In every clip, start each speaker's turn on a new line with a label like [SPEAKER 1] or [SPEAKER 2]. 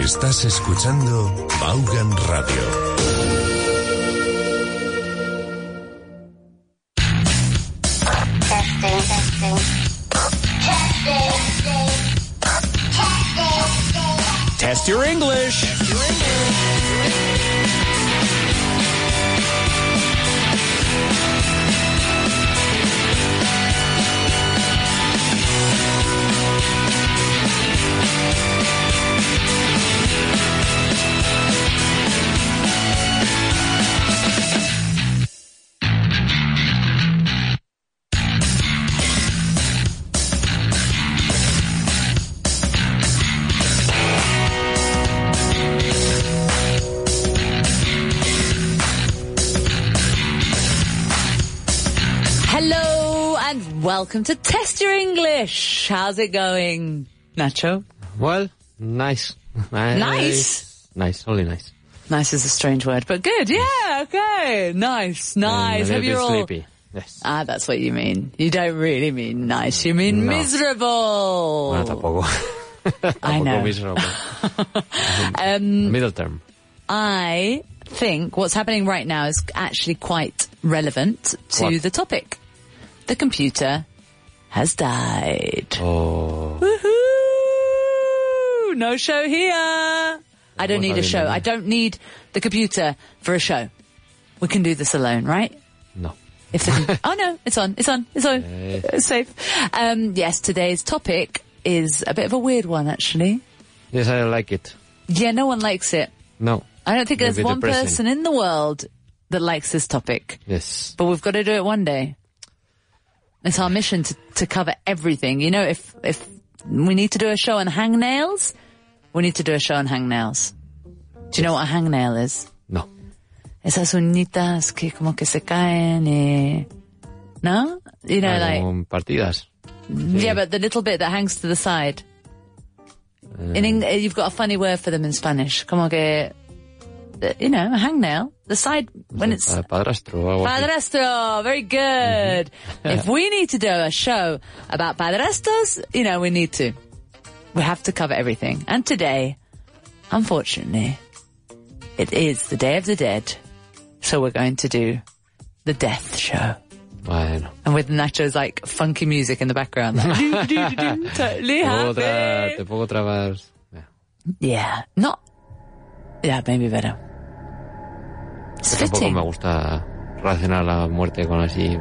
[SPEAKER 1] Estás escuchando Vaughan Radio.
[SPEAKER 2] Testing, testing. Testing, testing.
[SPEAKER 3] Test your English.
[SPEAKER 4] Hello and welcome to Test Your English. How's it going, Nacho?
[SPEAKER 5] Well, nice.
[SPEAKER 4] Nice.
[SPEAKER 5] Nice, only nice.
[SPEAKER 4] Nice is a strange word, but good. Mm, Yeah, okay. Nice, nice.
[SPEAKER 5] a
[SPEAKER 4] Hope
[SPEAKER 5] little
[SPEAKER 4] you're
[SPEAKER 5] bit
[SPEAKER 4] all.
[SPEAKER 5] sleepy. Yes.
[SPEAKER 4] Ah, that's what you mean. You don't really mean nice. You mean
[SPEAKER 5] No.
[SPEAKER 4] miserable.
[SPEAKER 5] Bueno, tampoco.
[SPEAKER 4] I
[SPEAKER 5] Tampoco
[SPEAKER 4] know.
[SPEAKER 5] miserable.
[SPEAKER 4] Um,
[SPEAKER 5] Middle term.
[SPEAKER 4] I think what's happening right now is actually quite relevant to
[SPEAKER 5] What?
[SPEAKER 4] the topic. The computer has died.
[SPEAKER 5] Oh,
[SPEAKER 4] Woohoo! No show here. I don't
[SPEAKER 5] What
[SPEAKER 4] need
[SPEAKER 5] are
[SPEAKER 4] a
[SPEAKER 5] you
[SPEAKER 4] show.
[SPEAKER 5] doing?
[SPEAKER 4] I don't need the computer for a show. We can do this alone, right?
[SPEAKER 5] no.
[SPEAKER 4] If the, oh no, it's on, it's on, it's on, it's safe. Um, yes, today's topic is a bit of a weird one, actually.
[SPEAKER 5] Yes, I like it.
[SPEAKER 4] Yeah, no one likes it.
[SPEAKER 5] No.
[SPEAKER 4] I don't think
[SPEAKER 5] Maybe
[SPEAKER 4] there's one
[SPEAKER 5] depressing.
[SPEAKER 4] person in the world that likes this topic,
[SPEAKER 5] Yes.
[SPEAKER 4] but we've got to do it one day. It's our mission to, to cover everything. You know, if if we need to do a show on hangnails, we need to do a show on hangnails. Do you know what a hangnail is?
[SPEAKER 5] No.
[SPEAKER 4] Esas uñitas que como que se caen y... No? You know, like...
[SPEAKER 5] Con partidas.
[SPEAKER 4] Yeah, but the little bit that hangs to the side. In Eng- uh, you've got a funny word for them in Spanish. Como que, uh, you know, a hangnail. The side when it's
[SPEAKER 5] Pa- Padrastro o algo así.
[SPEAKER 4] padrastro. Very good. if we need to do a show about padrastros, you know, we need to. We have to cover everything. And today, unfortunately, it is the Day of the Dead, so we're going to do the death show
[SPEAKER 5] Bueno.
[SPEAKER 4] and with Nacho's like funky music in the background. Like, doo-doo-doo-doo, totally
[SPEAKER 5] Te puedo tra-
[SPEAKER 4] happy.
[SPEAKER 5] te puedo trabar. Yeah.
[SPEAKER 4] Yeah, not. Yeah, maybe better. It's
[SPEAKER 5] Tampoco
[SPEAKER 4] fitting.
[SPEAKER 5] me gusta relacionar la muerte con así.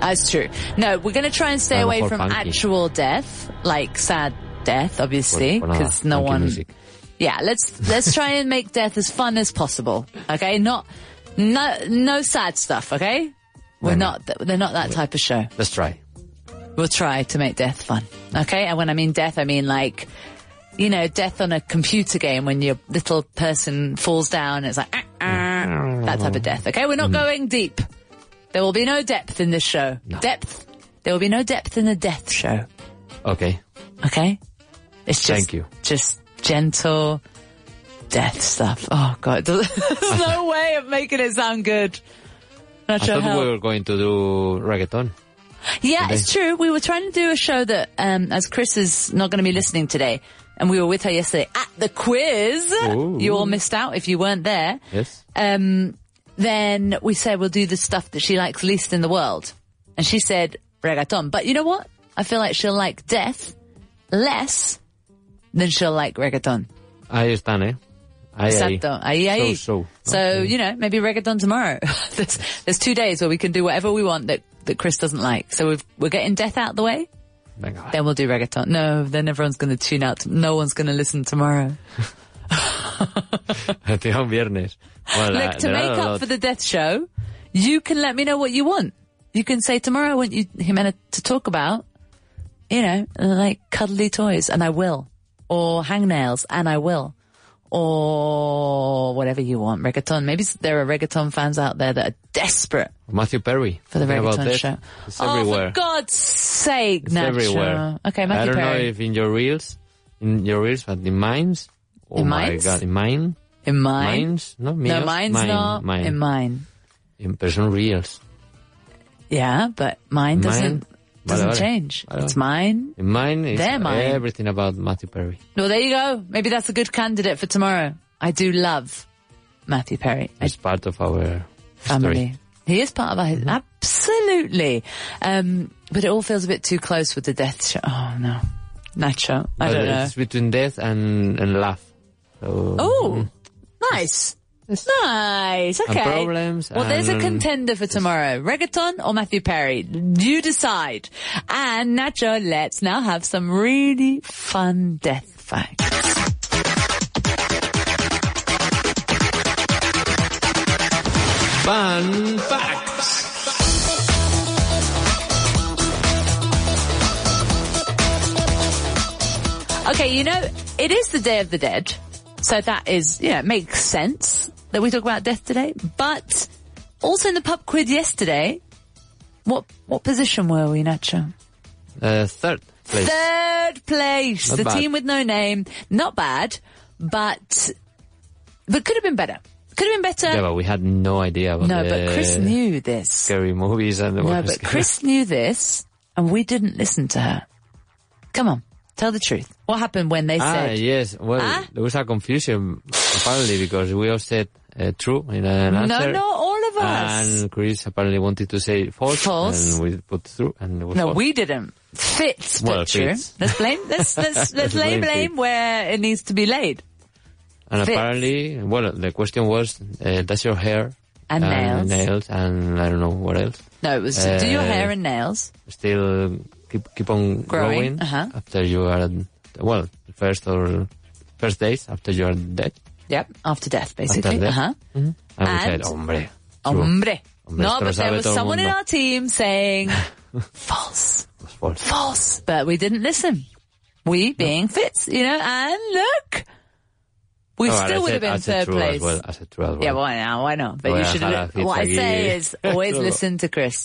[SPEAKER 4] That's true. No, we're going to try and stay
[SPEAKER 5] I'm
[SPEAKER 4] away
[SPEAKER 5] for
[SPEAKER 4] from
[SPEAKER 5] funky.
[SPEAKER 4] actual death, like sad death, obviously,
[SPEAKER 5] Por- por pues, nada,
[SPEAKER 4] because no
[SPEAKER 5] funky
[SPEAKER 4] one.
[SPEAKER 5] music.
[SPEAKER 4] Yeah, let's let's try and make death as fun as possible. Okay, not no no sad stuff. Okay, we're
[SPEAKER 5] Bueno.
[SPEAKER 4] not th- they're not that type of show.
[SPEAKER 5] Let's try.
[SPEAKER 4] we'll try to make death fun. Okay? And when I mean death, I mean like, you know, death on a computer game when your little person falls down and it's like, ah, ah,
[SPEAKER 5] Mm-hmm.
[SPEAKER 4] that type of death. Okay? We're not going deep. There will be no depth in this show. Depth. There will be no depth in the death show.
[SPEAKER 5] Okay.
[SPEAKER 4] Okay? It's just,
[SPEAKER 5] Thank you.
[SPEAKER 4] just gentle death stuff. Oh God. There's no way of making it sound good. Not
[SPEAKER 5] I
[SPEAKER 4] sure
[SPEAKER 5] thought
[SPEAKER 4] how.
[SPEAKER 5] we were going to do reggaeton.
[SPEAKER 4] Yeah, it's true. We were trying to do a show that, um, as Chris is not going to be listening today, and we were with her yesterday at the quiz.
[SPEAKER 5] Ooh.
[SPEAKER 4] You all missed out if you weren't there.
[SPEAKER 5] Yes.
[SPEAKER 4] Um, then we said we'll do the stuff that she likes least in the world, and she said reggaeton. But you know what? I feel like she'll like death less than she'll like reggaeton.
[SPEAKER 5] Ahí están, ¿eh? Ahí, ahí.
[SPEAKER 4] Exacto. Ahí, ahí.
[SPEAKER 5] So, so.
[SPEAKER 4] So, you know, maybe reggaeton tomorrow. there's, there's two days where we can do whatever we want that, that Chris doesn't like. So we've, we're getting death out the way.
[SPEAKER 5] Venga, va.
[SPEAKER 4] Then we'll do reggaeton. No, then everyone's going to tune out. No one's going to listen tomorrow.
[SPEAKER 5] Tío, un viernes. Well, uh,
[SPEAKER 4] Look, to
[SPEAKER 5] there
[SPEAKER 4] make
[SPEAKER 5] are a
[SPEAKER 4] up
[SPEAKER 5] lot.
[SPEAKER 4] for the death show, you can let me know what you want. You can say tomorrow I want you, Jimena, to talk about, you know, like cuddly toys, and I will. Or hangnails, and I will. Or whatever you want, reggaeton. Maybe there are reggaeton fans out there that are desperate
[SPEAKER 5] Matthew Perry.
[SPEAKER 4] for the
[SPEAKER 5] Think about
[SPEAKER 4] reggaeton
[SPEAKER 5] that.
[SPEAKER 4] show.
[SPEAKER 5] It's
[SPEAKER 4] oh,
[SPEAKER 5] everywhere.
[SPEAKER 4] for God's sake,
[SPEAKER 5] it's
[SPEAKER 4] Nacho.
[SPEAKER 5] everywhere.
[SPEAKER 4] Okay,
[SPEAKER 5] I
[SPEAKER 4] Matthew
[SPEAKER 5] don't
[SPEAKER 4] Perry.
[SPEAKER 5] know if in your reels, in your reels, but in mines. Oh
[SPEAKER 4] In
[SPEAKER 5] my
[SPEAKER 4] mines?
[SPEAKER 5] god, in mine,
[SPEAKER 4] in mine.
[SPEAKER 5] mines, no,
[SPEAKER 4] no,
[SPEAKER 5] míos?
[SPEAKER 4] mine's
[SPEAKER 5] mine,
[SPEAKER 4] not.
[SPEAKER 5] Mine.
[SPEAKER 4] In mine.
[SPEAKER 5] In person reels.
[SPEAKER 4] Yeah, but mine doesn't.
[SPEAKER 5] Mine?
[SPEAKER 4] Doesn't
[SPEAKER 5] vale.
[SPEAKER 4] change.
[SPEAKER 5] Vale,
[SPEAKER 4] It's
[SPEAKER 5] vale.
[SPEAKER 4] mine.
[SPEAKER 5] In mine is
[SPEAKER 4] They're mine.
[SPEAKER 5] everything about Matthew Perry.
[SPEAKER 4] Well, there you go. Maybe that's a good candidate for tomorrow. I do love Matthew Perry. I
[SPEAKER 5] It's part of our
[SPEAKER 4] family.
[SPEAKER 5] Story.
[SPEAKER 4] He is part of our
[SPEAKER 5] Mm-hmm.
[SPEAKER 4] absolutely. Um, but it all feels a bit too close with the death show. Oh no, night show. I
[SPEAKER 5] But
[SPEAKER 4] don't know.
[SPEAKER 5] It's between death and, and love. So, mm.
[SPEAKER 4] Oh, nice. Nice. Okay.
[SPEAKER 5] Mm-hmm. problems
[SPEAKER 4] Well, there's a
[SPEAKER 5] and-
[SPEAKER 4] contender for tomorrow. Reggaeton or Matthew Perry? You decide. And Nacho, let's now have some really fun death facts.
[SPEAKER 5] Fun facts.
[SPEAKER 4] Okay, you know, it is the Day of the Dead. So that is, yeah, it makes sense that we talk about death today. But also in the pub quiz yesterday, what, what position were we, Nacho?
[SPEAKER 5] Uh, third place.
[SPEAKER 4] Third place.
[SPEAKER 5] Not
[SPEAKER 4] the
[SPEAKER 5] bad.
[SPEAKER 4] team with no name. Not bad, but but could have been better. Could have been better.
[SPEAKER 5] Yeah, but we had no idea about
[SPEAKER 4] no,
[SPEAKER 5] the
[SPEAKER 4] but Chris knew this.
[SPEAKER 5] scary movies and
[SPEAKER 4] No, but Chris knew this, and we didn't listen to her. Come on, tell the truth. What happened when they
[SPEAKER 5] Ah,
[SPEAKER 4] said
[SPEAKER 5] yes. Well,
[SPEAKER 4] Ah?
[SPEAKER 5] there was a confusion apparently because we all said uh, true in an
[SPEAKER 4] no,
[SPEAKER 5] answer.
[SPEAKER 4] no, all of us?
[SPEAKER 5] And Chris apparently wanted to say false.
[SPEAKER 4] False.
[SPEAKER 5] And we put through and it was
[SPEAKER 4] no,
[SPEAKER 5] false.
[SPEAKER 4] we didn't. Fits,
[SPEAKER 5] Well,
[SPEAKER 4] but true.
[SPEAKER 5] Fitz.
[SPEAKER 4] Let's blame. Let's let's let's lay
[SPEAKER 5] Blame
[SPEAKER 4] blame
[SPEAKER 5] Fitz.
[SPEAKER 4] where it needs to be laid.
[SPEAKER 5] And
[SPEAKER 4] Fits.
[SPEAKER 5] apparently, well, the question was, uh, does your hair
[SPEAKER 4] And nails.
[SPEAKER 5] nails and I don't know what else
[SPEAKER 4] No, it was do your
[SPEAKER 5] Uh,
[SPEAKER 4] hair and nails.
[SPEAKER 5] still keep keep on
[SPEAKER 4] Growing,
[SPEAKER 5] growing,
[SPEAKER 4] uh-huh.
[SPEAKER 5] after you are well first or first days after you are dead.
[SPEAKER 4] Yep, after death, basically.
[SPEAKER 5] death.
[SPEAKER 4] Uh huh.
[SPEAKER 5] And, we
[SPEAKER 4] And-
[SPEAKER 5] said, hombre, true,
[SPEAKER 4] Hombre.
[SPEAKER 5] Hombre, esto
[SPEAKER 4] no,
[SPEAKER 5] lo
[SPEAKER 4] but there
[SPEAKER 5] sabe
[SPEAKER 4] was
[SPEAKER 5] todo el
[SPEAKER 4] someone in
[SPEAKER 5] mundo.
[SPEAKER 4] our team saying false,
[SPEAKER 5] was false.
[SPEAKER 4] false, but we didn't listen. We being Fitz, you know, and look, we
[SPEAKER 5] Oh, and I
[SPEAKER 4] still would have
[SPEAKER 5] said- I
[SPEAKER 4] been
[SPEAKER 5] said
[SPEAKER 4] third
[SPEAKER 5] true
[SPEAKER 4] place.
[SPEAKER 5] As well, I said true as well.
[SPEAKER 4] Yeah, why not? Why not? But
[SPEAKER 5] Voy
[SPEAKER 4] you
[SPEAKER 5] a
[SPEAKER 4] should
[SPEAKER 5] dejar
[SPEAKER 4] have.
[SPEAKER 5] a Fitz
[SPEAKER 4] What I
[SPEAKER 5] aquí.
[SPEAKER 4] say is always listen to Chris.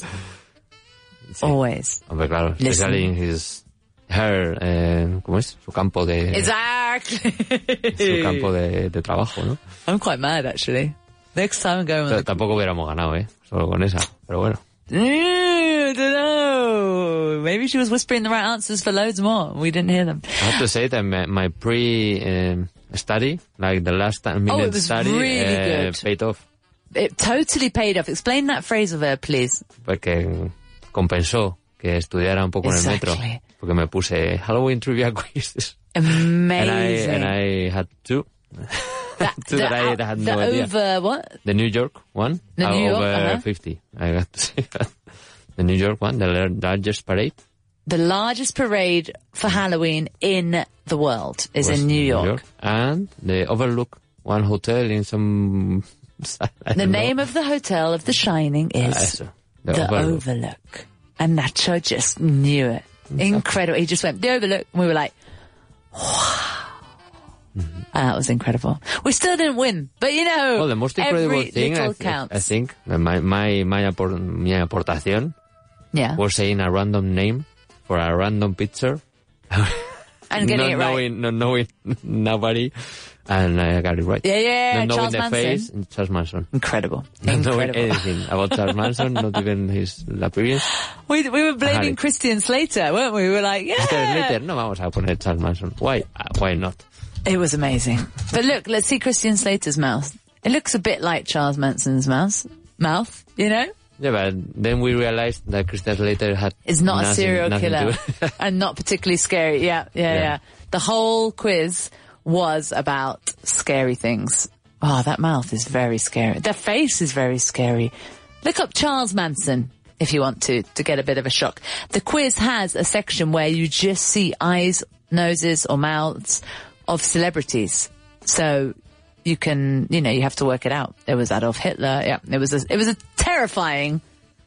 [SPEAKER 4] Always.
[SPEAKER 5] Hombre, claro, especially in his her, eh, ¿cómo es? Su campo de su
[SPEAKER 4] Exactly.
[SPEAKER 5] campo de, de trabajo, ¿no?
[SPEAKER 4] I'm quite mad actually. Next time I'm going with
[SPEAKER 5] Pero tampoco hubiéramos ganado, eh, solo con esa. Pero bueno,
[SPEAKER 4] Mm, I don't know. Maybe she was whispering the right answers for loads more. We didn't hear them.
[SPEAKER 5] I have to say that my, my pre um, study, like the last time minute
[SPEAKER 4] Oh, was
[SPEAKER 5] study,
[SPEAKER 4] really
[SPEAKER 5] eh,
[SPEAKER 4] good.
[SPEAKER 5] paid off.
[SPEAKER 4] It totally paid off. Explain that phrase of her, please.
[SPEAKER 5] porque compensó que estudiara un poco
[SPEAKER 4] Exactly.
[SPEAKER 5] en el metro. Porque me puse Halloween trivia quiz. And I,
[SPEAKER 4] Amazing.
[SPEAKER 5] and I had two.
[SPEAKER 4] that,
[SPEAKER 5] to that I
[SPEAKER 4] out-
[SPEAKER 5] had
[SPEAKER 4] the
[SPEAKER 5] no idea.
[SPEAKER 4] over what?
[SPEAKER 5] The New York one.
[SPEAKER 4] The
[SPEAKER 5] uh,
[SPEAKER 4] New York,
[SPEAKER 5] over
[SPEAKER 4] uh-huh.
[SPEAKER 5] 50. I got to say that. The New York one, the lar- largest parade.
[SPEAKER 4] The largest parade for Halloween in the world is
[SPEAKER 5] was
[SPEAKER 4] in New York.
[SPEAKER 5] And the Overlook, one hotel in some... I
[SPEAKER 4] The
[SPEAKER 5] don't know.
[SPEAKER 4] name of the hotel of The Shining
[SPEAKER 5] Ah,
[SPEAKER 4] is
[SPEAKER 5] eso. The,
[SPEAKER 4] The
[SPEAKER 5] Overlook.
[SPEAKER 4] Overlook. And Nacho just knew it. Incredible. He just went, The Overlook. And we were like, wow. And that was incredible. We still didn't win, but you know,
[SPEAKER 5] Mm-hmm. Well, the most incredible
[SPEAKER 4] every
[SPEAKER 5] thing, I,
[SPEAKER 4] little
[SPEAKER 5] th-
[SPEAKER 4] counts.
[SPEAKER 5] I think, uh, my, my, my, apor- mi aportación
[SPEAKER 4] yeah.
[SPEAKER 5] was saying a random name for a random picture
[SPEAKER 4] And getting
[SPEAKER 5] not
[SPEAKER 4] it right.
[SPEAKER 5] knowing, not knowing nobody, and I got it right.
[SPEAKER 4] Yeah, yeah,
[SPEAKER 5] Not knowing
[SPEAKER 4] Eh, Charles
[SPEAKER 5] the
[SPEAKER 4] Manson.
[SPEAKER 5] face, and Charles Manson.
[SPEAKER 4] Incredible.
[SPEAKER 5] Not knowing
[SPEAKER 4] Incredible.
[SPEAKER 5] anything about Charles Manson, not even his appearance.
[SPEAKER 4] We, we were blaming
[SPEAKER 5] Harry.
[SPEAKER 4] Christian Slater, weren't we? We were like,
[SPEAKER 5] Later,
[SPEAKER 4] yeah.
[SPEAKER 5] later, no vamos a poner Charles Manson. Why? Ah, why not?
[SPEAKER 4] It was amazing. But look, let's see Christian Slater's mouth. It looks a bit like Charles Manson's mouth, mouth, you know?
[SPEAKER 5] Yeah, but then we realized that Christian Slater had
[SPEAKER 4] It's not
[SPEAKER 5] nothing-
[SPEAKER 4] a serial
[SPEAKER 5] nothing
[SPEAKER 4] killer
[SPEAKER 5] to do-
[SPEAKER 4] and not particularly scary. Yeah, yeah, yeah,
[SPEAKER 5] Yeah.
[SPEAKER 4] The whole quiz was about scary things. Oh, that mouth is very scary. The face is very scary. Look up Charles Manson if you want to, to get a bit of a shock. The quiz has a section where you just see eyes, noses or mouths of celebrities. So you can, you know, you have to work it out. It was Adolf Hitler. Yeah, it was a, it was a terrifying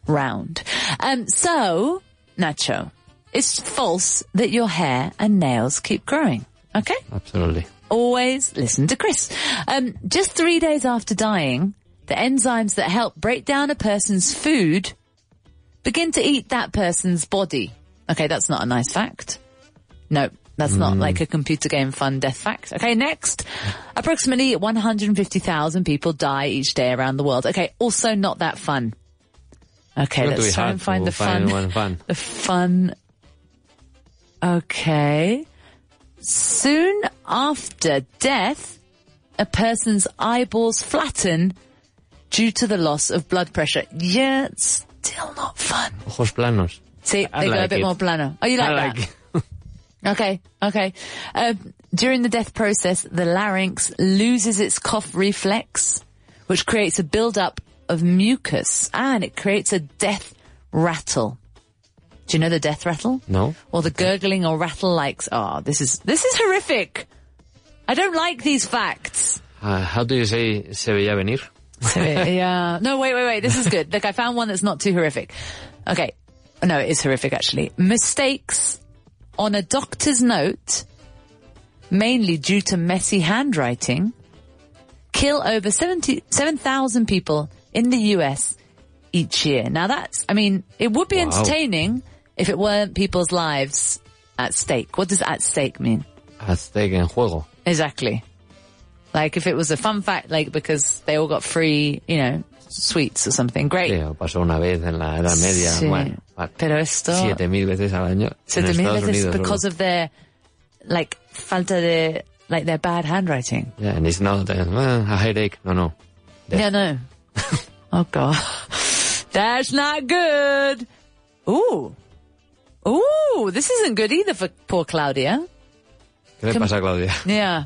[SPEAKER 4] round. Um, so Nacho, it's false that your hair and nails keep growing. Okay.
[SPEAKER 5] Absolutely.
[SPEAKER 4] Always listen to Chris. Um, just three days after dying, the enzymes that help break down a person's food begin to eat that person's body. Okay, that's not a nice fact. No, that's
[SPEAKER 5] Hmm.
[SPEAKER 4] not like a computer game fun death fact. Okay, next. Approximately 150,000 people die each day around the world. Okay, also not that fun. Okay,
[SPEAKER 5] Not to be
[SPEAKER 4] let's try
[SPEAKER 5] hard
[SPEAKER 4] and find
[SPEAKER 5] to
[SPEAKER 4] the fun.
[SPEAKER 5] one fun.
[SPEAKER 4] The fun. Okay. Soon after death, a person's eyeballs flatten due to the loss of blood pressure. Yeah, it's still not fun.
[SPEAKER 5] Ojos planos.
[SPEAKER 4] See,
[SPEAKER 5] I
[SPEAKER 4] they go a
[SPEAKER 5] like
[SPEAKER 4] bit
[SPEAKER 5] it.
[SPEAKER 4] more plano. Oh, you like
[SPEAKER 5] I
[SPEAKER 4] that?
[SPEAKER 5] like it.
[SPEAKER 4] Okay, okay. Um, during the death process, the larynx loses its cough reflex, which creates a buildup of mucus and it creates a death rattle. Do you know the death rattle?
[SPEAKER 5] No.
[SPEAKER 4] Or the gurgling or rattle likes. Oh, this is, this is horrific. I don't like these facts.
[SPEAKER 5] Uh, how do you say se veía venir?
[SPEAKER 4] So, yeah. No, wait, wait, wait. This is good. Look, I found one that's not too horrific. Okay. No, it is horrific actually. Mistakes on a doctor's note, mainly due to messy handwriting, kill over 70 7,000 people in the US each year. Now that's, I mean, it would be
[SPEAKER 5] Wow.
[SPEAKER 4] entertaining if it weren't people's lives at stake. What does at stake mean?
[SPEAKER 5] Aztec en juego.
[SPEAKER 4] Exactly. Like if it was a fun fact, like because they all got free, you know, sweets or something. Great.
[SPEAKER 5] Sí, pasó una vez en la Edad Media.
[SPEAKER 4] Sí.
[SPEAKER 5] Bueno, vale.
[SPEAKER 4] Pero esto-
[SPEAKER 5] 7.000 veces al año.
[SPEAKER 4] So
[SPEAKER 5] en
[SPEAKER 4] to me,
[SPEAKER 5] Estados
[SPEAKER 4] this is
[SPEAKER 5] Unidos solo.
[SPEAKER 4] because of their like falta de like their bad handwriting.
[SPEAKER 5] Yeah, and it's not uh, a headache. No, no.
[SPEAKER 4] Yeah, no. oh god, that's not good. Ooh, ooh, this isn't good either for poor Claudia.
[SPEAKER 5] ¿Qué le
[SPEAKER 4] Com-
[SPEAKER 5] pasa a Claudia?
[SPEAKER 4] Yeah.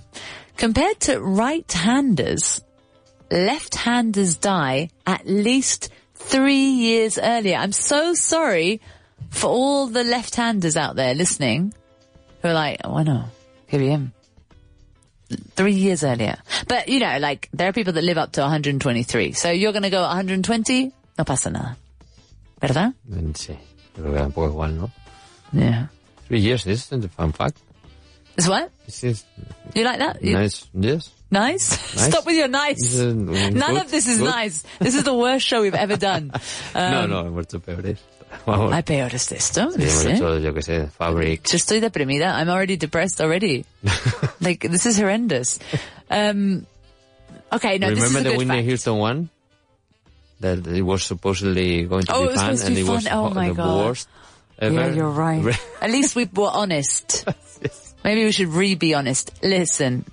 [SPEAKER 4] Compared to right-handers, left-handers die at least three years earlier. I'm so sorry for all the left-handers out there listening who are like, oh, why not? Give me him. Three years earlier. But, you know, like, there are people that live up to 123. So you're going to go 120? No pasa nada. ¿Verdad?
[SPEAKER 5] Mm, Sí, yo creo que era un poco igual, ¿no?
[SPEAKER 4] Yeah.
[SPEAKER 5] Three years, this is a fun fact.
[SPEAKER 4] Is what?
[SPEAKER 5] This is
[SPEAKER 4] You like that? You-
[SPEAKER 5] nice, yes.
[SPEAKER 4] Nice?
[SPEAKER 5] Nice.
[SPEAKER 4] Stop with your nice.
[SPEAKER 5] This is, mm,
[SPEAKER 4] None
[SPEAKER 5] good,
[SPEAKER 4] of this is
[SPEAKER 5] good.
[SPEAKER 4] nice. This is the worst show we've ever done. Um,
[SPEAKER 5] no, no, he muerto peores. Vamos,
[SPEAKER 4] I peor es esto.
[SPEAKER 5] hemos
[SPEAKER 4] ¿viste?
[SPEAKER 5] hecho, yo qué sé, Fabric.
[SPEAKER 4] Yo estoy deprimida. I'm already depressed already. like, this is horrendous. Um, okay, no, this
[SPEAKER 5] Remember
[SPEAKER 4] is a
[SPEAKER 5] the
[SPEAKER 4] good
[SPEAKER 5] Whitney
[SPEAKER 4] fact.
[SPEAKER 5] Houston one? That it was supposedly going to
[SPEAKER 4] Oh, it
[SPEAKER 5] be
[SPEAKER 4] was
[SPEAKER 5] fun,
[SPEAKER 4] supposed to
[SPEAKER 5] and
[SPEAKER 4] be
[SPEAKER 5] it was
[SPEAKER 4] fun. Oh
[SPEAKER 5] ho-
[SPEAKER 4] my
[SPEAKER 5] the
[SPEAKER 4] God.
[SPEAKER 5] worst
[SPEAKER 4] Yeah,
[SPEAKER 5] ever.
[SPEAKER 4] you're right. At least we were honest. Maybe we should re be honest. Listen,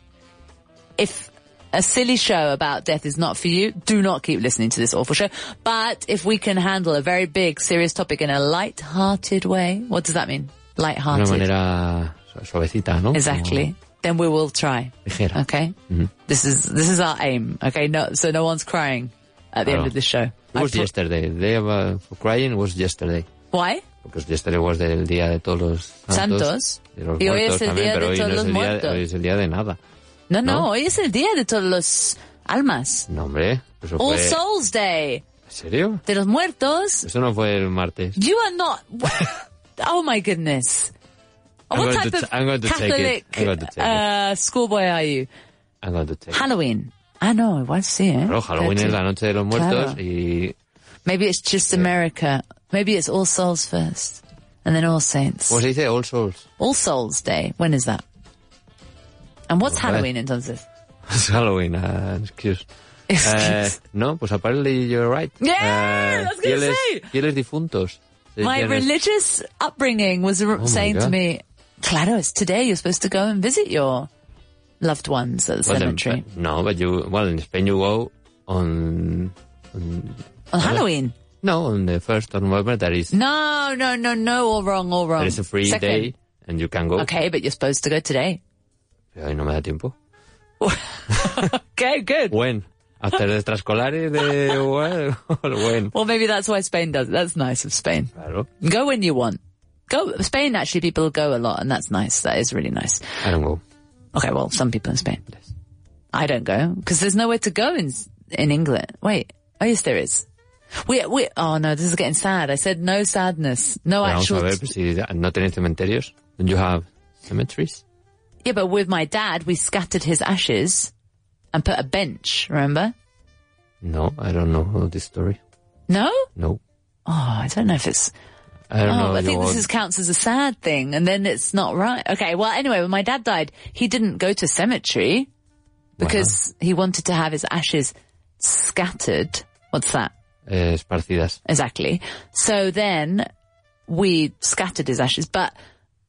[SPEAKER 4] if a silly show about death is not for you, do not keep listening to this awful show. But if we can handle a very big, serious topic in a light-hearted way, what does that mean?
[SPEAKER 5] De una
[SPEAKER 4] Light-hearted.
[SPEAKER 5] manera su- suavecita, ¿no?
[SPEAKER 4] Exactly. Then we will try.
[SPEAKER 5] Ligera.
[SPEAKER 4] Okay.
[SPEAKER 5] Mm-hmm.
[SPEAKER 4] This is this is our aim. Okay. No, so no one's crying at the
[SPEAKER 5] Claro.
[SPEAKER 4] end of the show.
[SPEAKER 5] Como- It was
[SPEAKER 4] I pro-
[SPEAKER 5] yesterday. The day of, uh, for crying was yesterday.
[SPEAKER 4] Why?
[SPEAKER 5] Because yesterday was el día de todos los santos.
[SPEAKER 4] Santos.
[SPEAKER 5] De los
[SPEAKER 4] Y hoy
[SPEAKER 5] muertos
[SPEAKER 4] es el
[SPEAKER 5] también,
[SPEAKER 4] día
[SPEAKER 5] pero
[SPEAKER 4] de
[SPEAKER 5] hoy
[SPEAKER 4] todos
[SPEAKER 5] no es
[SPEAKER 4] los
[SPEAKER 5] el día,
[SPEAKER 4] muertos.
[SPEAKER 5] Hoy es el día de nada.
[SPEAKER 4] No, no.
[SPEAKER 5] No.
[SPEAKER 4] Hoy es el día de todos los almas.
[SPEAKER 5] No, hombre. Eso
[SPEAKER 4] All
[SPEAKER 5] fue...
[SPEAKER 4] Souls Day
[SPEAKER 5] ¿En serio?
[SPEAKER 4] de los muertos.
[SPEAKER 5] Eso no fue el martes.
[SPEAKER 4] You are not. oh my goodness.
[SPEAKER 5] I'm
[SPEAKER 4] what
[SPEAKER 5] going
[SPEAKER 4] type
[SPEAKER 5] to
[SPEAKER 4] of
[SPEAKER 5] t- I'm going to take it.
[SPEAKER 4] Catholic
[SPEAKER 5] I'm going to take it.
[SPEAKER 4] uh, schoolboy are you?
[SPEAKER 5] I'm going to take it.
[SPEAKER 4] Halloween. Ah, I know. I see it.
[SPEAKER 5] Claro, Halloween es la noche de los muertos y...
[SPEAKER 4] Maybe it's just America. Maybe it's All Souls first, and then All Saints.
[SPEAKER 5] ¿Cómo se dice? All Souls.
[SPEAKER 4] All Souls Day. When is that? And what's
[SPEAKER 5] Right.
[SPEAKER 4] Halloween entonces?
[SPEAKER 5] Es Halloween. ah, excuse. Eh,
[SPEAKER 4] Excuse.
[SPEAKER 5] no, pues apparently you're right.
[SPEAKER 4] Yeah,
[SPEAKER 5] Eh,
[SPEAKER 4] I was gonna
[SPEAKER 5] fieles,
[SPEAKER 4] say.
[SPEAKER 5] fieles difuntos. Se
[SPEAKER 4] My
[SPEAKER 5] decían es-
[SPEAKER 4] religious upbringing was r-
[SPEAKER 5] Oh my
[SPEAKER 4] saying to
[SPEAKER 5] God.
[SPEAKER 4] me, Claro, it's today you're supposed to go and visit your loved ones at the
[SPEAKER 5] Well, then,
[SPEAKER 4] cemetery.
[SPEAKER 5] but- no, but you... Well, in Spain you go on... uh,
[SPEAKER 4] On Halloween.
[SPEAKER 5] No, on the 1st of November that is...
[SPEAKER 4] No, no, no, no, all wrong, all wrong.
[SPEAKER 5] There is a free
[SPEAKER 4] Second.
[SPEAKER 5] day and you can go.
[SPEAKER 4] Okay, but you're supposed to go today.
[SPEAKER 5] Ay, no me da tiempo.
[SPEAKER 4] Okay, good.
[SPEAKER 5] When? After the extraescolares de... Well, when?
[SPEAKER 4] Well, maybe that's why Spain does it. That's nice of Spain.
[SPEAKER 5] Claro.
[SPEAKER 4] Go when you want. Go Spain actually people go a lot and that's nice. That is really nice.
[SPEAKER 5] I don't go.
[SPEAKER 4] Okay, well, some people in Spain. I don't go because there's nowhere to go in in England. Wait, oh yes, there is. We we oh no, this is getting sad. I said no sadness, no
[SPEAKER 5] Vamos a
[SPEAKER 4] actual.
[SPEAKER 5] ver si no tenéis cementerios. Don't you have cemeteries?
[SPEAKER 4] yeah, but with my dad, we scattered his ashes and put a bench. Remember?
[SPEAKER 5] No, I don't know this story.
[SPEAKER 4] No.
[SPEAKER 5] No.
[SPEAKER 4] Oh, I don't know if it's.
[SPEAKER 5] I don't
[SPEAKER 4] Oh,
[SPEAKER 5] know.
[SPEAKER 4] I think
[SPEAKER 5] your-
[SPEAKER 4] this is counts as a sad thing, and then it's not right. Okay, well, anyway, when my dad died, he didn't go to a cemetery because he wanted to have his ashes scattered. What's that?
[SPEAKER 5] eh, esparcidas.
[SPEAKER 4] Exactly. So then we scattered his ashes, but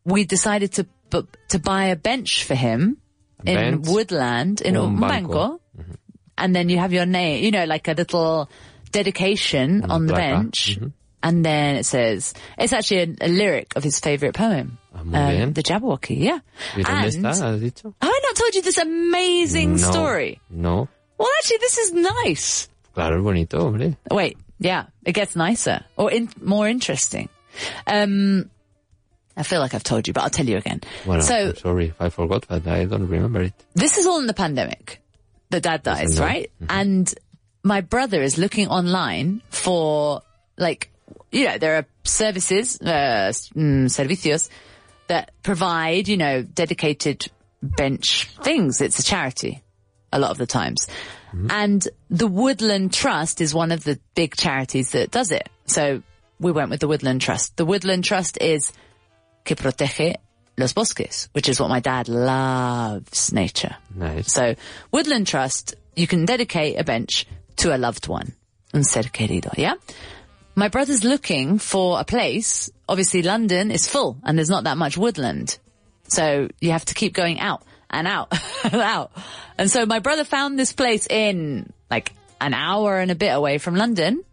[SPEAKER 4] we decided to bu- to buy a bench for him in
[SPEAKER 5] bench,
[SPEAKER 4] Woodland in
[SPEAKER 5] un
[SPEAKER 4] Umbango,
[SPEAKER 5] banco.
[SPEAKER 4] and then you have your name, you know, like a little dedication on the
[SPEAKER 5] placa.
[SPEAKER 4] bench,
[SPEAKER 5] Mm-hmm.
[SPEAKER 4] and then it says it's actually a, a lyric of his favorite poem, Um,
[SPEAKER 5] Ah, muy bien.
[SPEAKER 4] the Jabberwocky. Yeah,
[SPEAKER 5] ¿Y dónde
[SPEAKER 4] and
[SPEAKER 5] está? ¿Has dicho?
[SPEAKER 4] have I not told you this amazing
[SPEAKER 5] No,
[SPEAKER 4] story?
[SPEAKER 5] No.
[SPEAKER 4] Well, actually, this is nice.
[SPEAKER 5] Claro, es bonito, hombre.
[SPEAKER 4] Wait, yeah, it gets nicer or in, more interesting. Um, I feel like I've told you, but I'll tell you again.
[SPEAKER 5] Bueno,
[SPEAKER 4] so
[SPEAKER 5] I'm sorry if I forgot, but I don't remember it.
[SPEAKER 4] this is all in the pandemic. The dad dies,
[SPEAKER 5] no.
[SPEAKER 4] right? And my brother is looking online for like, you know, there are services, uh, s- mm, servicios that provide, you know, dedicated bench things. It's a charity a lot of the times. And the Woodland Trust is one of the big charities that does it. So we went with the Woodland Trust. The Woodland Trust is que protege los bosques, which is what my dad loves nature.
[SPEAKER 5] Nice.
[SPEAKER 4] So Woodland Trust, you can dedicate a bench to a loved one. Un ser querido, yeah? My brother's looking for a place. Obviously London is full and there's not that much woodland. So you have to keep going out and out and out. And so my brother found this place in like an hour and a bit away from London.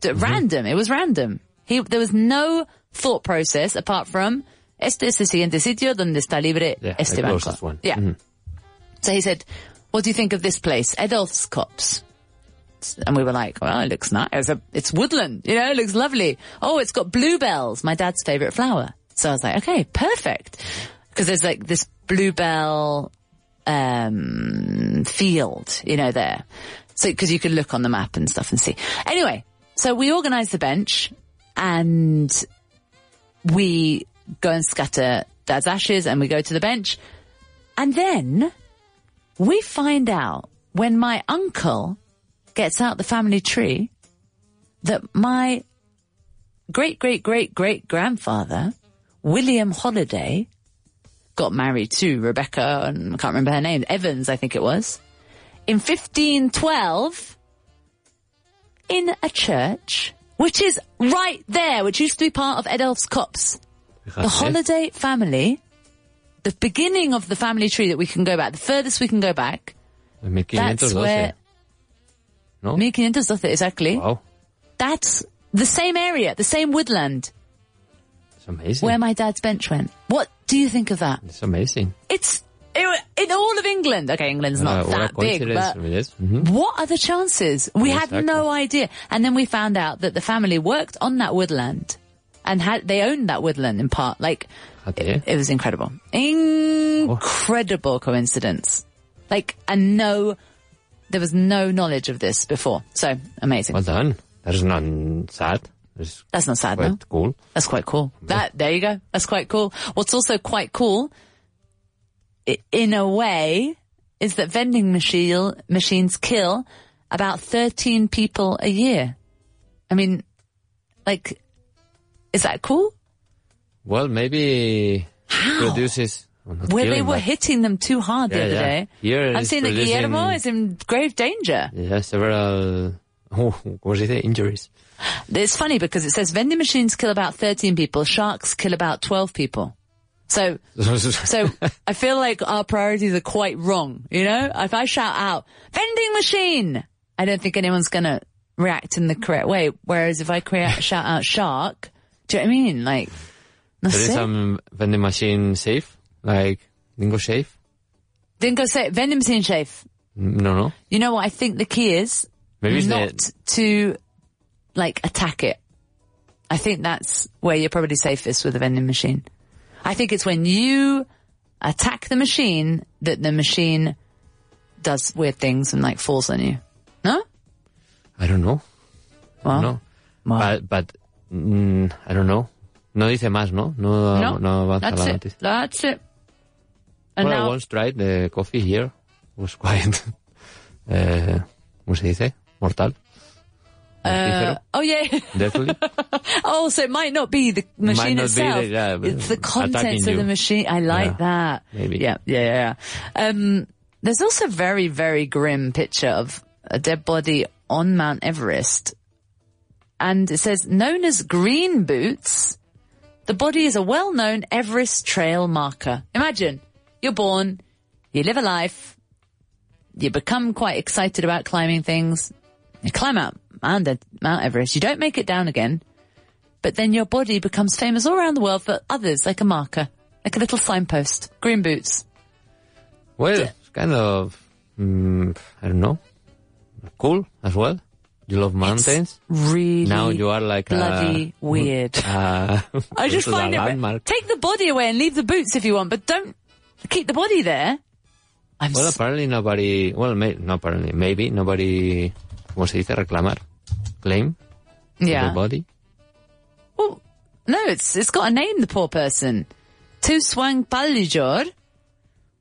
[SPEAKER 4] D-
[SPEAKER 5] Mm-hmm.
[SPEAKER 4] Random. It was random. He, there was no thought process apart from este es el siguiente sitio donde está libre
[SPEAKER 5] Yeah,
[SPEAKER 4] este
[SPEAKER 5] the
[SPEAKER 4] banco.
[SPEAKER 5] closest one. Mm-hmm.
[SPEAKER 4] Yeah. So he said, what do you think of this place? Adolf's Cops. And we were like, well, it looks nice. It's, a- it's woodland, you know, it looks lovely. Oh, it's got bluebells, my dad's favorite flower. So I was like, okay, perfect. Cause there's like this bluebell, um, field, you know, there. So, cause you could look on the map and stuff and see. Anyway, so we organized the bench and we go and scatter dad's ashes and we go to the bench. And then we find out when my uncle gets out the family tree that my great great great great grandfather, William Holiday, got married to Rebecca, and I can't remember her name, Evans, I think it was, in 1512 in a church, which is right there, which used to be part of Edelf's Copse. The
[SPEAKER 5] Fíjate.
[SPEAKER 4] holiday family, the beginning of the family tree that we can go back, the furthest we can go back,
[SPEAKER 5] En
[SPEAKER 4] that's
[SPEAKER 5] 1512.
[SPEAKER 4] where
[SPEAKER 5] ¿No?
[SPEAKER 4] Meekin and Dusdothet, exactly.
[SPEAKER 5] Wow.
[SPEAKER 4] That's the same area, the same woodland
[SPEAKER 5] It's amazing.
[SPEAKER 4] where my dad's bench went. What do you think of that?
[SPEAKER 5] It's amazing.
[SPEAKER 4] It's it, in all of England. Okay, England's
[SPEAKER 5] Uh,
[SPEAKER 4] not
[SPEAKER 5] what a
[SPEAKER 4] that big,
[SPEAKER 5] coincidence.
[SPEAKER 4] but
[SPEAKER 5] Yes. Mhm.
[SPEAKER 4] what are the chances? We had
[SPEAKER 5] Exactly.
[SPEAKER 4] no idea. And then we found out that the family worked on that woodland and had, they owned that woodland in part. Like,
[SPEAKER 5] Fíjate.
[SPEAKER 4] It was incredible.
[SPEAKER 5] Oh.
[SPEAKER 4] Incredible coincidence. Like, and no, there was no knowledge of this before. So amazing.
[SPEAKER 5] Well done. That's not sad. It's
[SPEAKER 4] That's not sad,
[SPEAKER 5] quite
[SPEAKER 4] no?
[SPEAKER 5] cool.
[SPEAKER 4] That's quite cool. That, there you go. That's quite cool. What's also quite cool, i- in a way, is that vending machine, machines kill about 13 people a year. I mean, like, is that cool?
[SPEAKER 5] Well, maybe produces. well, not
[SPEAKER 4] Where they
[SPEAKER 5] killing,
[SPEAKER 4] were
[SPEAKER 5] but-
[SPEAKER 4] hitting them too hard the
[SPEAKER 5] Yeah,
[SPEAKER 4] other
[SPEAKER 5] yeah.
[SPEAKER 4] day.
[SPEAKER 5] Here
[SPEAKER 4] I'm
[SPEAKER 5] it's
[SPEAKER 4] seeing that
[SPEAKER 5] producing-
[SPEAKER 4] Guillermo is in grave danger.
[SPEAKER 5] Yeah, several. Oh, what is it? Injuries.
[SPEAKER 4] It's funny because it says vending machines kill about 13 people, sharks kill about 12 people. So, so I feel like our priorities are quite wrong. You know, if I shout out vending machine, I don't think anyone's going to react in the correct way. Whereas if I crea- shout out shark, do you know what I mean? Like,
[SPEAKER 5] There
[SPEAKER 4] that's
[SPEAKER 5] is um,
[SPEAKER 4] it.
[SPEAKER 5] some vending machine safe, like Dingo safe.
[SPEAKER 4] Then go say vending machine safe.
[SPEAKER 5] No, no.
[SPEAKER 4] You know what? I think the key is
[SPEAKER 5] Maybe it's
[SPEAKER 4] not
[SPEAKER 5] the
[SPEAKER 4] to like attack it. I think that's where you're probably safest with a vending machine. I think it's when you attack the machine that the machine does weird things and like falls on you. No?
[SPEAKER 5] I don't know.
[SPEAKER 4] Well,
[SPEAKER 5] no.
[SPEAKER 4] well.
[SPEAKER 5] But, but mm, I don't know. No dice más, ¿no? No,
[SPEAKER 4] no,
[SPEAKER 5] no, avanza
[SPEAKER 4] that's
[SPEAKER 5] la
[SPEAKER 4] it.
[SPEAKER 5] noticia.
[SPEAKER 4] That's it. And
[SPEAKER 5] Well, I
[SPEAKER 4] now,
[SPEAKER 5] once tried the coffee here. was quite, eh, ¿cómo se dice? Mortal.
[SPEAKER 4] uh,
[SPEAKER 5] Mortífero.
[SPEAKER 4] oh yeah.
[SPEAKER 5] Deathly.
[SPEAKER 4] oh, so it might not be the machine
[SPEAKER 5] not be
[SPEAKER 4] itself.
[SPEAKER 5] the- yeah, but
[SPEAKER 4] it's the
[SPEAKER 5] attacking
[SPEAKER 4] contents of
[SPEAKER 5] you.
[SPEAKER 4] the machine. I like
[SPEAKER 5] Yeah,
[SPEAKER 4] that.
[SPEAKER 5] maybe.
[SPEAKER 4] Yeah, yeah, yeah. yeah. Um, there's also a very, very grim picture of a dead body on Mount Everest and it says, known as green boots, the body is a well-known Everest trail marker. Imagine, you're born, you live a life, you become quite excited about climbing things, you climb out Mount Mount Everest, you don't make it down again, but then your body becomes famous all around the world for others, like a marker, like a little signpost. Green boots.
[SPEAKER 5] Well, it's kind of, mm, I don't know, cool as well. You love mountains.
[SPEAKER 4] Really?
[SPEAKER 5] now you are like
[SPEAKER 4] bloody weird.
[SPEAKER 5] a. Uh,
[SPEAKER 4] I just find it.
[SPEAKER 5] landmark.
[SPEAKER 4] Take the body away and leave the boots if you want, but don't keep the body there. I'm.
[SPEAKER 5] Well,
[SPEAKER 4] s-
[SPEAKER 5] apparently nobody. Well, may, no, apparently maybe nobody. ¿Cómo se dice? Reclamar, claim the
[SPEAKER 4] yeah.
[SPEAKER 5] body.
[SPEAKER 4] Well, no, it's it's got a name. The poor person, Tuswang Palijor,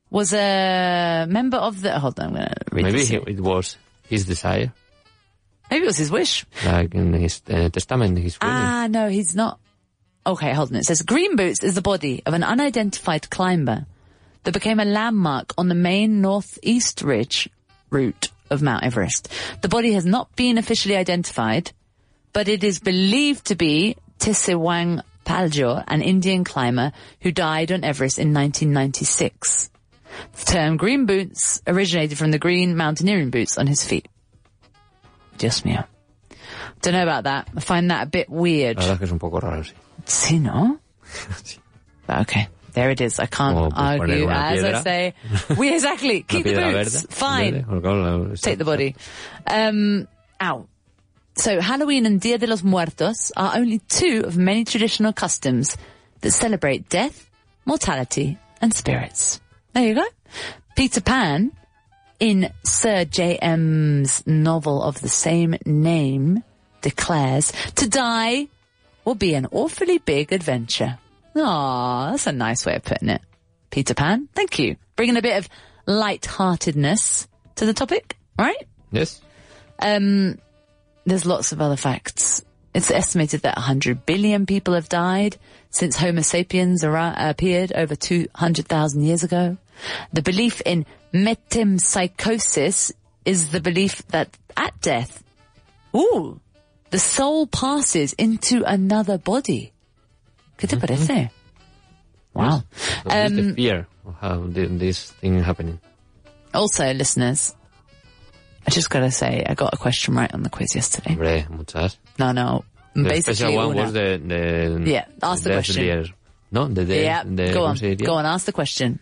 [SPEAKER 4] was a member of the. Hold on, I'm gonna read
[SPEAKER 5] Maybe
[SPEAKER 4] this.
[SPEAKER 5] he, it was his desire,
[SPEAKER 4] Maybe it was his wish.
[SPEAKER 5] like in his uh, testament, his will.
[SPEAKER 4] Ah, no, he's not. Okay, hold on. It says Green Boots is the body of an unidentified climber that became a landmark on the main northeast ridge route of Mount Everest. The body has not been officially identified, but it is believed to be Tisewang Paljor, an Indian climber who died on Everest in 1996. The term green boots originated from the green mountaineering boots on his feet. Just me. Don't know about that. I find that a bit weird.
[SPEAKER 5] La verdad es que es un poco raro, sí.
[SPEAKER 4] Sí, ¿no? But okay. There it is. I can't
[SPEAKER 5] Como, pues, poner
[SPEAKER 4] argue.
[SPEAKER 5] una
[SPEAKER 4] As I
[SPEAKER 5] piedra.
[SPEAKER 4] say, we exactly
[SPEAKER 5] Una
[SPEAKER 4] keep the
[SPEAKER 5] piedra
[SPEAKER 4] boots.
[SPEAKER 5] verde,
[SPEAKER 4] Fine.
[SPEAKER 5] verde, porque, claro, la-
[SPEAKER 4] Take the body. Um, out. So Halloween and Dia de los Muertos are only two of many traditional customs that celebrate death, mortality, and spirits. There you go. Peter Pan, in Sir J.M.'s novel of the same name, declares to die will be an awfully big adventure. Ah, that's a nice way of putting it. Peter Pan, thank you. Bringing a bit of light-heartedness to the topic, right?
[SPEAKER 5] Yes.
[SPEAKER 4] Um, there's lots of other facts. It's estimated that 100 billion people have died since Homo sapiens ar- appeared over 200,000 years ago. The belief in metempsychosis is the belief that at death, ooh, the soul passes into another body. ¿Qué te parece? Wow.
[SPEAKER 5] So
[SPEAKER 4] Um,
[SPEAKER 5] this is the fear of how thi- this thing happening.
[SPEAKER 4] Also, listeners, I just gotta say, I got a question right on the quiz yesterday.
[SPEAKER 5] Hombre, muchas.
[SPEAKER 4] No, no.
[SPEAKER 5] The
[SPEAKER 4] Basically,
[SPEAKER 5] special one
[SPEAKER 4] all
[SPEAKER 5] was
[SPEAKER 4] out.
[SPEAKER 5] the, the
[SPEAKER 4] Yeah, ask the
[SPEAKER 5] death
[SPEAKER 4] question.
[SPEAKER 5] deer. No, the death.
[SPEAKER 4] yeah.
[SPEAKER 5] the,
[SPEAKER 4] go
[SPEAKER 5] ¿cómo
[SPEAKER 4] on,
[SPEAKER 5] se diría?
[SPEAKER 4] go on. Ask the question.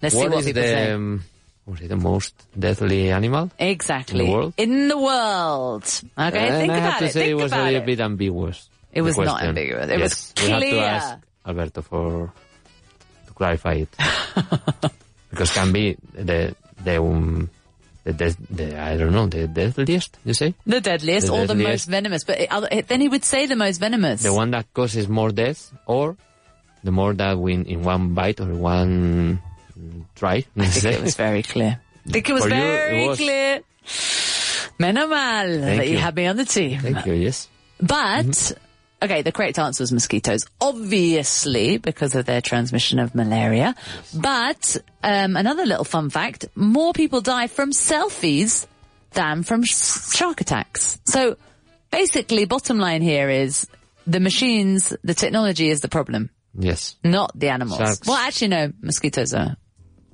[SPEAKER 4] Let's see
[SPEAKER 5] What
[SPEAKER 4] what
[SPEAKER 5] is
[SPEAKER 4] people
[SPEAKER 5] the,
[SPEAKER 4] say.
[SPEAKER 5] um, what is the most deadly animal?
[SPEAKER 4] Exactly.
[SPEAKER 5] in the world?
[SPEAKER 4] In the world. Okay,
[SPEAKER 5] and
[SPEAKER 4] think
[SPEAKER 5] I
[SPEAKER 4] about
[SPEAKER 5] have to
[SPEAKER 4] it.
[SPEAKER 5] say
[SPEAKER 4] think
[SPEAKER 5] it was a
[SPEAKER 4] about
[SPEAKER 5] little
[SPEAKER 4] it.
[SPEAKER 5] bit ambiguous.
[SPEAKER 4] It
[SPEAKER 5] the
[SPEAKER 4] was not
[SPEAKER 5] question.
[SPEAKER 4] ambiguous. It was
[SPEAKER 5] yes. We have
[SPEAKER 4] clear.
[SPEAKER 5] to ask Alberto for to clarify it because can be the the um, the, death the I don't know the deadliest you say
[SPEAKER 4] The deadliest
[SPEAKER 5] The
[SPEAKER 4] or the
[SPEAKER 5] deadliest.
[SPEAKER 4] most venomous. But it, other- it- then he would say the most venomous.
[SPEAKER 5] the one that causes more deaths or the more that we in one bite or one mm, try.
[SPEAKER 4] I think it was very clear. I think it was
[SPEAKER 5] For you, it
[SPEAKER 4] very
[SPEAKER 5] was.
[SPEAKER 4] clear. Menos mal that you
[SPEAKER 5] you.
[SPEAKER 4] had me on the team.
[SPEAKER 5] Thank you. Yes.
[SPEAKER 4] But, okay, the correct answer was mosquitoes, obviously, because of their transmission of malaria. But, um, another little fun fact, more people die from selfies than from sh- shark attacks. So, basically, bottom line here is the machines, the technology is the problem,
[SPEAKER 5] Yes.
[SPEAKER 4] not the animals.
[SPEAKER 5] Sharks.
[SPEAKER 4] Well, actually, no, mosquitoes are,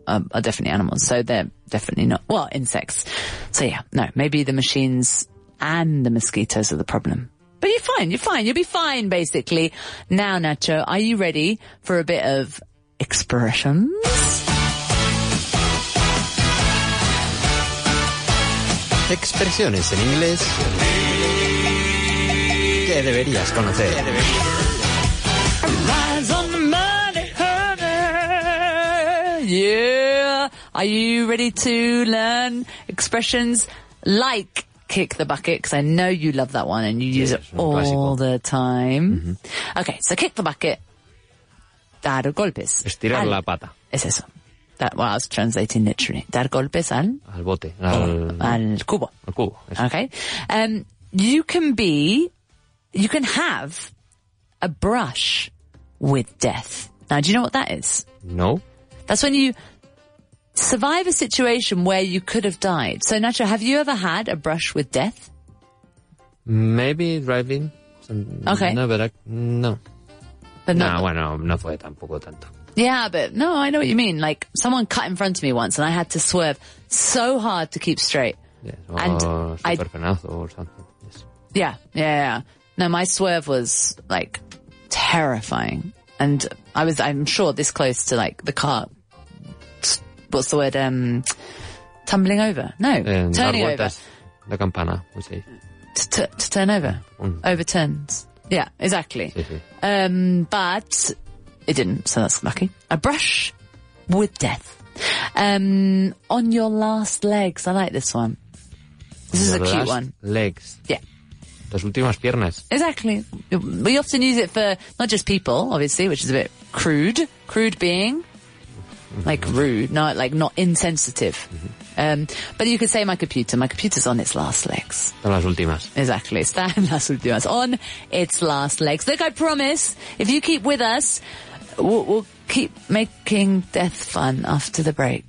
[SPEAKER 4] are, are definitely animals, so they're definitely not, well, insects. So yeah, no, maybe the machines and the mosquitoes are the problem. But you're fine, you're fine, you'll be fine, basically. Now, Nacho, are you ready for a bit of expressions?
[SPEAKER 5] Expresiones en inglés que deberías conocer.
[SPEAKER 4] Eyes on the money, honey. Yeah. Are you ready to learn expressions like kick the bucket? Because I know you love that one and you use it
[SPEAKER 5] es un
[SPEAKER 4] all
[SPEAKER 5] clásico.
[SPEAKER 4] the time.
[SPEAKER 5] Mm-hmm.
[SPEAKER 4] Okay, so kick the bucket. Dar golpes.
[SPEAKER 5] Estirar
[SPEAKER 4] al-
[SPEAKER 5] la pata
[SPEAKER 4] Es eso. That, well, I was translating literally. Dar golpes al,
[SPEAKER 5] al bote, al,
[SPEAKER 4] al cubo.
[SPEAKER 5] al cubo. eso.
[SPEAKER 4] Okay. Um, you can be, you can have a brush with death. Now, do you know what that is?
[SPEAKER 5] No.
[SPEAKER 4] That's when you survive a situation where you could have died. So, Nacho, have you ever had a brush with death?
[SPEAKER 5] Maybe driving
[SPEAKER 4] Okay.
[SPEAKER 5] No, pero no.
[SPEAKER 4] But
[SPEAKER 5] no,
[SPEAKER 4] not,
[SPEAKER 5] bueno, no fue tampoco tanto.
[SPEAKER 4] yeah, but no, I know what you mean. Like someone cut in front of me once and I had to swerve so hard to keep straight.
[SPEAKER 5] Yes,
[SPEAKER 4] And
[SPEAKER 5] or
[SPEAKER 4] I-
[SPEAKER 5] super penazo or something. Yes.
[SPEAKER 4] Yeah, yeah, yeah. No, my swerve was like terrifying, and I was, I'm sure, this close to like the car. What's the word? Um, tumbling over? No,
[SPEAKER 5] And dar
[SPEAKER 4] turning over.
[SPEAKER 5] vueltas, la campana, pues we say.
[SPEAKER 4] To, to, to turn over,
[SPEAKER 5] Mm.
[SPEAKER 4] overturns. Yeah, exactly.
[SPEAKER 5] Sí, sí.
[SPEAKER 4] Um, but it didn't, so that's lucky. A brush with death. Um, on your last legs. I like this one. This is a
[SPEAKER 5] Your
[SPEAKER 4] cute
[SPEAKER 5] last
[SPEAKER 4] one.
[SPEAKER 5] Legs.
[SPEAKER 4] Yeah.
[SPEAKER 5] Tus últimas piernas.
[SPEAKER 4] Exactly. We often use it for not just people, obviously, which is a bit crude. Crude being like rude, not like not insensitive. Um, but you could say my computer. My computer's on its last legs.
[SPEAKER 5] Son las últimas.
[SPEAKER 4] Exactly. It's that las últimas on its last legs. Look, I promise, if you keep with us, we'll, we'll keep making death fun after the break.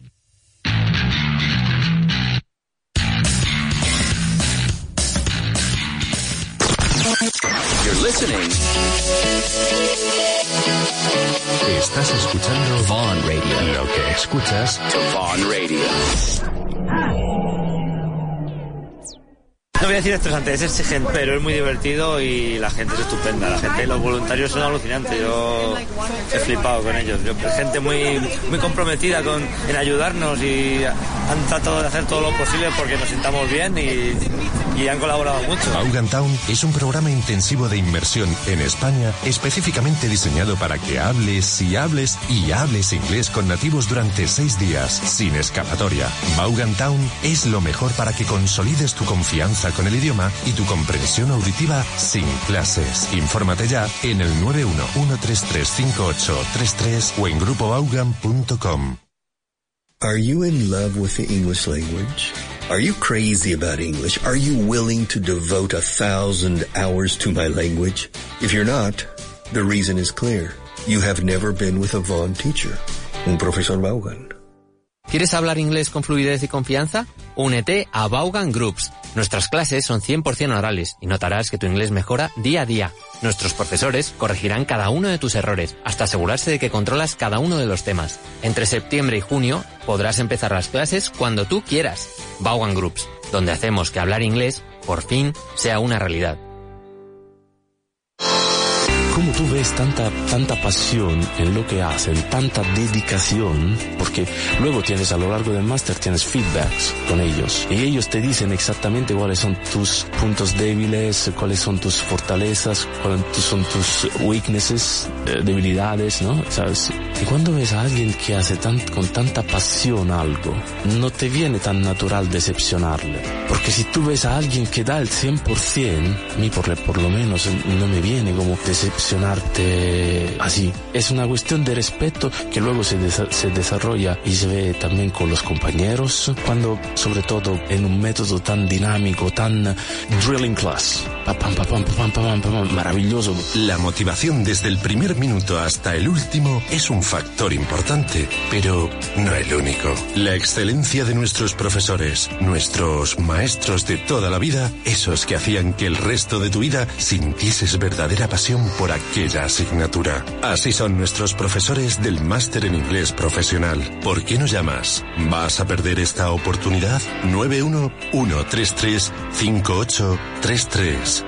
[SPEAKER 2] You're listening
[SPEAKER 1] Estás escuchando
[SPEAKER 2] Vaughn Radio
[SPEAKER 1] lo que escuchas
[SPEAKER 2] to Vaughn Radio.
[SPEAKER 3] No voy a decir estresante, es exigente, pero es muy divertido y la gente es estupenda. La gente, los voluntarios son alucinantes. Yo he flipado con ellos. Yo- pues, gente muy, muy comprometida con, en ayudarnos y han tratado de hacer todo lo posible porque nos sintamos bien y, y han colaborado mucho.
[SPEAKER 1] Vaughan Town es un programa intensivo de inmersión en España específicamente diseñado para que hables y hables y hables inglés con nativos durante seis días, sin escapatoria. Vaughan Town es lo mejor para que consolides tu confianza con el idioma y tu comprensión auditiva sin clases. Infórmate ya en el 911335833 o en grupovaughan.com.
[SPEAKER 6] Are you in love with the English language? Are you crazy about English? Are you willing to devote a thousand hours to my language? If you're not, the reason is clear. You have never been with a Vaughn teacher. Un profesor Vaughan.
[SPEAKER 7] ¿Quieres hablar inglés con fluidez y confianza? Únete a Vaughan Groups. Nuestras clases son 100% orales y notarás que tu inglés mejora día a día. Nuestros profesores corregirán cada uno de tus errores hasta asegurarse de que controlas cada uno de los temas. Entre septiembre y junio podrás empezar las clases cuando tú quieras. Vaughan Groups, donde hacemos que hablar inglés por fin sea una realidad.
[SPEAKER 8] Como tú ves tanta, tanta pasión en lo que hacen, tanta dedicación, porque luego tienes a lo largo del máster, tienes feedbacks con ellos y ellos te dicen exactamente cuáles son tus puntos débiles, cuáles son tus fortalezas, cuáles son tus weaknesses, eh, debilidades, ¿no? ¿Sabes? Y cuando ves a alguien que hace tan, con tanta pasión algo, no te viene tan natural decepcionarle. Porque si tú ves a alguien que da el 100%, a mí por, le- por lo menos eh, no me viene como decepcionarte así. Es una cuestión de respeto que luego se, desa- se desarrolla y se ve también con los compañeros, cuando sobre todo en un método tan dinámico, tan eh, drilling class, pa, pam, pa, pam, pa, pam, pa, pam, pa, pam, maravilloso,
[SPEAKER 1] La motivación desde el primer minuto hasta el último es un factor importante, pero no el único. La excelencia de nuestros profesores, nuestros maestros de toda la vida, esos que hacían que el resto de tu vida sintieses verdadera pasión por aquella asignatura. Así son nuestros profesores del Máster en Inglés Profesional. ¿Por qué no llamas? ¿Vas a perder esta oportunidad? 911335833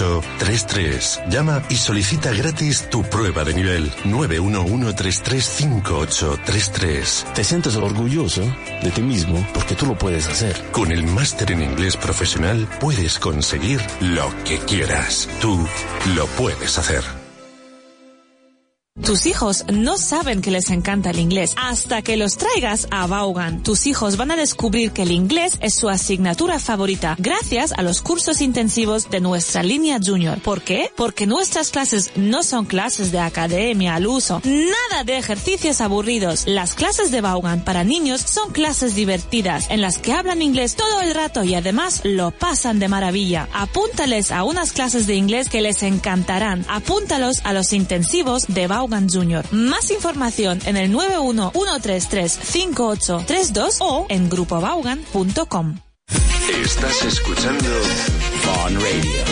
[SPEAKER 1] 911335833 Llama y solicita gratis tu prueba de nivel 911335833
[SPEAKER 8] te sientes orgulloso de ti mismo porque tú lo puedes hacer.
[SPEAKER 1] Con el máster en inglés profesional puedes conseguir lo que quieras. Tú lo puedes hacer.
[SPEAKER 9] Tus hijos no saben que les encanta el inglés hasta que los traigas a Vaughan. Tus hijos van a descubrir que el inglés es su asignatura favorita gracias a los cursos intensivos de nuestra línea junior. ¿Por qué? Porque nuestras clases no son clases de academia al uso, nada de ejercicios aburridos. Las clases de Vaughan para niños son clases divertidas en las que hablan inglés todo el rato y además lo pasan de maravilla. Apúntales a unas clases de inglés que les encantarán. Apúntalos a los intensivos de Vaughan Jr. Más información en el 911335832 o en grupovaughan.com.
[SPEAKER 1] Estás escuchando
[SPEAKER 2] Vaughn Radio.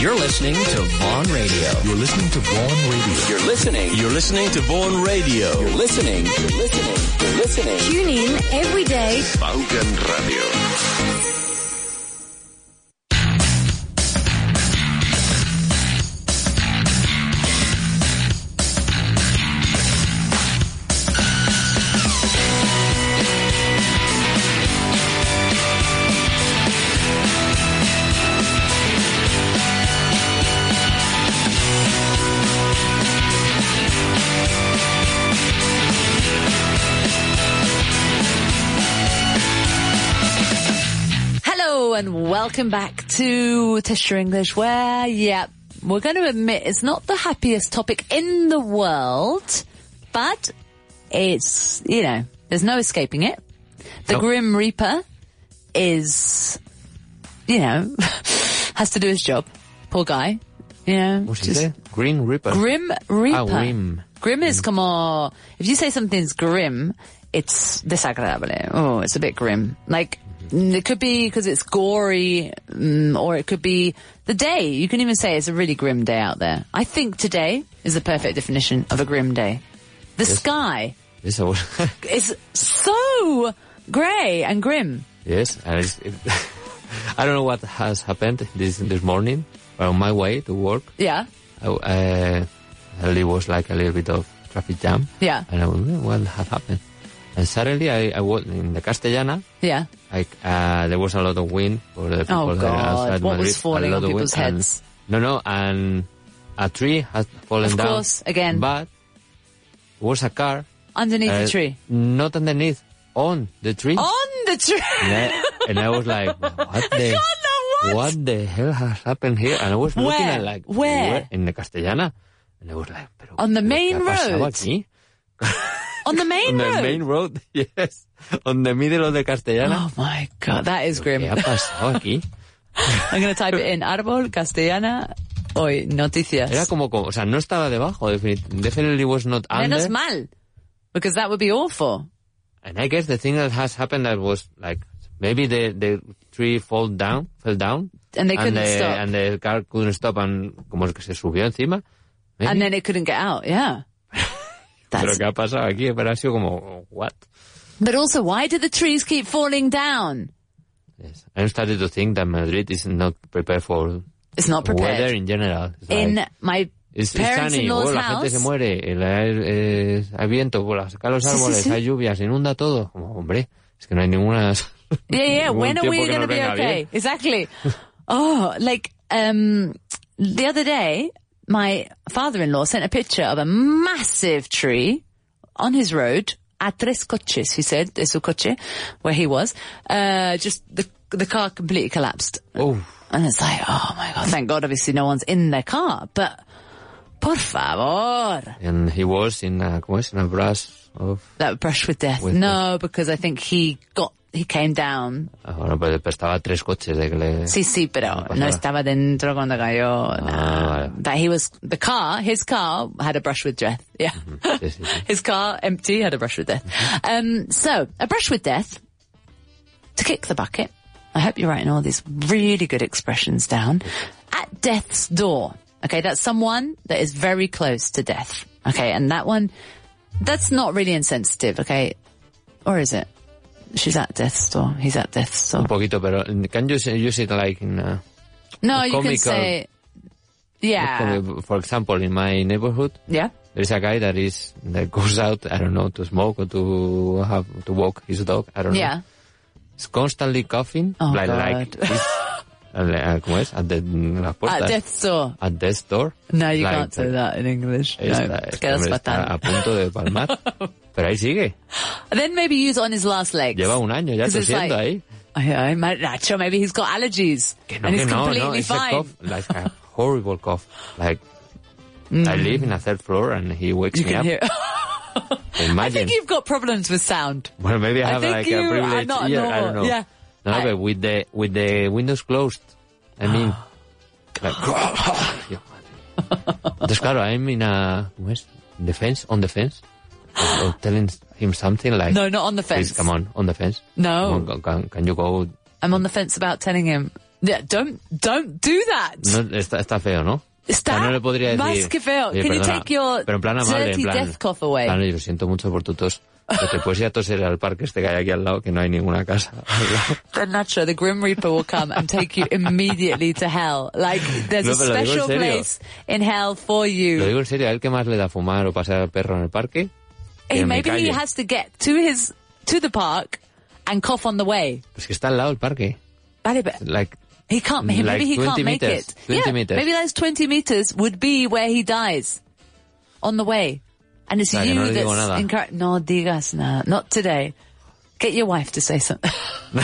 [SPEAKER 2] You're listening to Vaughn Radio.
[SPEAKER 1] You're listening to Vaughn Radio.
[SPEAKER 2] You're listening. You're listening to Vaughn Radio. You're listening. You're listening. You're listening.
[SPEAKER 10] Tune in every day.
[SPEAKER 1] Vaughan Radio.
[SPEAKER 4] Hello and welcome back to Tester English where, yeah, we're going to admit it's not the happiest topic in the world, but it's, you know, there's no escaping it. The
[SPEAKER 5] No.
[SPEAKER 4] Grim Reaper is, you know, has to do his job. Poor guy. You know,
[SPEAKER 5] ¿Cómo se
[SPEAKER 4] just-
[SPEAKER 5] dice? Green Reaper.
[SPEAKER 4] Grim Reaper.
[SPEAKER 5] Ah, grim.
[SPEAKER 4] Grim is como if you say something's grim, it's desagradable. Oh, it's a bit grim. Like
[SPEAKER 5] Mm-hmm.
[SPEAKER 4] mm, it could be because it's gory, mm, or it could be the day. You can even say it's a really grim day out there. I think today is the perfect definition of a grim day. The sky
[SPEAKER 5] Yes, I was-
[SPEAKER 4] is so grey and grim.
[SPEAKER 5] yes, and it's- it- I don't know what has happened this this morning. On my way to work,
[SPEAKER 4] Yeah,
[SPEAKER 5] I, uh, there was like a little bit of traffic jam.
[SPEAKER 4] Yeah.
[SPEAKER 5] And I was, "Hmm, what has happened? And suddenly I, I was in the Castellana.
[SPEAKER 4] yeah.
[SPEAKER 5] I, uh, there was a lot of wind for the people
[SPEAKER 4] Oh,
[SPEAKER 5] that
[SPEAKER 4] God.
[SPEAKER 5] are outside
[SPEAKER 4] What was
[SPEAKER 5] Madrid.
[SPEAKER 4] falling
[SPEAKER 5] a lot
[SPEAKER 4] on
[SPEAKER 5] of
[SPEAKER 4] people's
[SPEAKER 5] wind, and-
[SPEAKER 4] heads?
[SPEAKER 5] no, no, and a tree has fallen
[SPEAKER 4] Of
[SPEAKER 5] down.
[SPEAKER 4] course, again.
[SPEAKER 5] But was a car
[SPEAKER 4] Underneath
[SPEAKER 5] uh,
[SPEAKER 4] the tree,
[SPEAKER 5] Not underneath, on the tree.
[SPEAKER 4] on the tree.
[SPEAKER 5] And, I, and I was like, what the,
[SPEAKER 4] God, no, what?
[SPEAKER 5] the hell has happened here? And I was looking
[SPEAKER 4] Where?
[SPEAKER 5] at like,
[SPEAKER 4] Where?
[SPEAKER 5] In the Castellana. And I was like, pero
[SPEAKER 4] On the
[SPEAKER 5] pero
[SPEAKER 4] main
[SPEAKER 5] ¿qué ha pasado
[SPEAKER 4] road?
[SPEAKER 5] aquí?
[SPEAKER 4] on the main
[SPEAKER 5] On
[SPEAKER 4] road.
[SPEAKER 5] the main road, yes. On the middle of the Castellana.
[SPEAKER 4] Oh my god, that is grim.
[SPEAKER 5] ¿Qué ha pasado aquí?
[SPEAKER 4] I'm going to type it in árbol castellana hoy noticias.
[SPEAKER 5] Era como, como- o sea, no estaba debajo. definit- Definitely was not under.
[SPEAKER 4] Menos mal, because that would be awful.
[SPEAKER 5] And I guess the thing that has happened that was like maybe the the tree fall down, fell down,
[SPEAKER 4] And they couldn't
[SPEAKER 5] the,
[SPEAKER 4] stop.
[SPEAKER 5] and the car couldn't stop, and como es que se subió encima. Maybe.
[SPEAKER 4] And then it couldn't get out. Yeah.
[SPEAKER 5] Pero
[SPEAKER 4] That's,
[SPEAKER 5] qué ha pasado aquí, pero ha sido como what?
[SPEAKER 4] but also, why do the trees keep falling down?
[SPEAKER 5] Yes. I started to think that Madrid is not prepared for
[SPEAKER 4] It's not
[SPEAKER 5] weather
[SPEAKER 4] prepared.
[SPEAKER 5] in general. It's like,
[SPEAKER 4] In my
[SPEAKER 5] it's- it's sunny,
[SPEAKER 4] parents-in-law's
[SPEAKER 5] bueno, la gente se
[SPEAKER 4] house,
[SPEAKER 5] muere, el aire, eh, hay viento, bueno, saca los
[SPEAKER 4] Sí, sí,
[SPEAKER 5] árboles,
[SPEAKER 4] sí.
[SPEAKER 5] hay lluvias, inunda todo. Como, hombre, es que no hay ninguna.
[SPEAKER 4] Yeah, yeah.
[SPEAKER 5] ningún
[SPEAKER 4] When are
[SPEAKER 5] tiempo
[SPEAKER 4] we
[SPEAKER 5] que
[SPEAKER 4] going to
[SPEAKER 5] nos
[SPEAKER 4] be
[SPEAKER 5] venga bien.
[SPEAKER 4] okay? Exactly. oh, like um, the other day, my father-in-law sent a picture of a massive tree on his road. A tres coches, he said, de su coche, where he was. Uh, just the the car completely collapsed,
[SPEAKER 5] Oh,
[SPEAKER 4] and it's like, oh my god! Thank God, obviously, no one's in their car, but. Por favor,
[SPEAKER 5] and he was in a, ¿cómo es? In a brass of
[SPEAKER 4] that brush with death.
[SPEAKER 5] With
[SPEAKER 4] no, because I think he got, he came down
[SPEAKER 5] Ah, Bueno, pues estaba a tres coches de que le...
[SPEAKER 4] Sí, sí, pero
[SPEAKER 5] pasa
[SPEAKER 4] no
[SPEAKER 5] nada. Ah,
[SPEAKER 4] estaba dentro cuando cayó. nada.
[SPEAKER 5] vale.
[SPEAKER 4] That he was the car. His car had a brush with death. Yeah,
[SPEAKER 5] Sí, sí, sí.
[SPEAKER 4] his car empty had a brush with death.
[SPEAKER 5] Mm-hmm.
[SPEAKER 4] Um, so a brush with death to kick the bucket. I hope you're writing all these really good expressions down. At death's door. Okay, that's someone that is very close to death. Okay, and that one, that's not really insensitive. Okay, or is it? She's at death's door. He's at death's door.
[SPEAKER 5] Un poquito, pero... Can you say- use it like in a-
[SPEAKER 4] No,
[SPEAKER 5] a
[SPEAKER 4] you can
[SPEAKER 5] comical-
[SPEAKER 4] say, yeah,
[SPEAKER 5] For example, in my neighborhood,
[SPEAKER 4] yeah.
[SPEAKER 5] there is a guy that is... That goes out, I don't know, to smoke or to have... To walk his dog, I don't
[SPEAKER 4] Yeah.
[SPEAKER 5] know. He's constantly coughing.
[SPEAKER 4] Oh,
[SPEAKER 5] like,
[SPEAKER 4] God.
[SPEAKER 5] like... he's- al- al- ¿Cómo es? At the, en las
[SPEAKER 4] At
[SPEAKER 5] puertas.
[SPEAKER 4] death's door.
[SPEAKER 5] At death door.
[SPEAKER 4] Ah, No, you
[SPEAKER 5] Like, eh,
[SPEAKER 4] can't say that in English. No,
[SPEAKER 5] Está,
[SPEAKER 4] te
[SPEAKER 5] este
[SPEAKER 4] quedas
[SPEAKER 5] hombre está a
[SPEAKER 4] fatal.
[SPEAKER 5] punto de palmar. pero ahí sigue.
[SPEAKER 4] Then maybe use on his last legs.
[SPEAKER 5] Lleva un año ya
[SPEAKER 4] 'Cause it's
[SPEAKER 5] tosiendo
[SPEAKER 4] like-
[SPEAKER 5] ahí.
[SPEAKER 4] I, I'm not- not sure. Maybe he's got allergies
[SPEAKER 5] Que no,
[SPEAKER 4] and
[SPEAKER 5] que
[SPEAKER 4] he's
[SPEAKER 5] no, no,
[SPEAKER 4] completely
[SPEAKER 5] it's a
[SPEAKER 4] fine.
[SPEAKER 5] cough, like a horrible cough. Like, I live in a third floor and he wakes
[SPEAKER 4] Mm. You
[SPEAKER 5] me
[SPEAKER 4] can
[SPEAKER 5] up.
[SPEAKER 4] hear. I
[SPEAKER 5] Imagine.
[SPEAKER 4] think you've got problems with sound.
[SPEAKER 5] well, maybe I
[SPEAKER 4] I
[SPEAKER 5] have
[SPEAKER 4] think
[SPEAKER 5] like
[SPEAKER 4] you
[SPEAKER 5] a
[SPEAKER 4] are
[SPEAKER 5] privileged
[SPEAKER 4] not
[SPEAKER 5] ear, I don't
[SPEAKER 4] normal,
[SPEAKER 5] know.
[SPEAKER 4] yeah.
[SPEAKER 5] No,
[SPEAKER 4] I- Ah.
[SPEAKER 5] but with the, with the windows closed, I mean, like, Dios madre. Entonces, claro, I'm in a, ¿cómo es? Defense, on the fence. Or- or telling him something like,
[SPEAKER 4] No, not on the
[SPEAKER 5] please
[SPEAKER 4] fence.
[SPEAKER 5] come on, on the fence.
[SPEAKER 4] No.
[SPEAKER 5] Come on, can, can you go
[SPEAKER 4] I'm on the fence about telling him Yeah, don't don't do that.
[SPEAKER 5] No, está, está feo, ¿no?
[SPEAKER 4] Está
[SPEAKER 5] O sea, no le podría decir.
[SPEAKER 4] más que feo.
[SPEAKER 5] "Oye,
[SPEAKER 4] Can you
[SPEAKER 5] perdona",
[SPEAKER 4] take your
[SPEAKER 5] pero en plan amable, en
[SPEAKER 4] dirty
[SPEAKER 5] plan.
[SPEAKER 4] death cough away?
[SPEAKER 5] Claro, yo lo siento mucho por tu tos. Pero te puedes ir a toser al parque este que hay aquí al lado, que no hay ninguna casa. al lado.
[SPEAKER 4] Then Nacho, the Grim Reaper will come and take you immediately to hell. Like there's
[SPEAKER 5] No,
[SPEAKER 4] a
[SPEAKER 5] pero lo digo en
[SPEAKER 4] special
[SPEAKER 5] serio.
[SPEAKER 4] place in hell for
[SPEAKER 5] Lo
[SPEAKER 4] you.
[SPEAKER 5] digo en serio, a él que más le da fumar o pasear al perro en el parque. que
[SPEAKER 4] Hey,
[SPEAKER 5] me
[SPEAKER 4] maybe he
[SPEAKER 5] calle.
[SPEAKER 4] has to get to his to the park and cough on the way.
[SPEAKER 5] Pues que está al lado el parque.
[SPEAKER 4] Vale, but
[SPEAKER 5] Like,
[SPEAKER 4] he can't. Maybe
[SPEAKER 5] Like
[SPEAKER 4] he
[SPEAKER 5] 20
[SPEAKER 4] can't make
[SPEAKER 5] meters.
[SPEAKER 4] it.
[SPEAKER 5] 20
[SPEAKER 4] yeah,
[SPEAKER 5] meters.
[SPEAKER 4] maybe those twenty meters would be where he dies on the way, and
[SPEAKER 5] O
[SPEAKER 4] it's
[SPEAKER 5] sea, que
[SPEAKER 4] you
[SPEAKER 5] no le
[SPEAKER 4] that's
[SPEAKER 5] digo nada.
[SPEAKER 4] encour- No digas nada. Not today. Get your wife to say something.
[SPEAKER 5] no,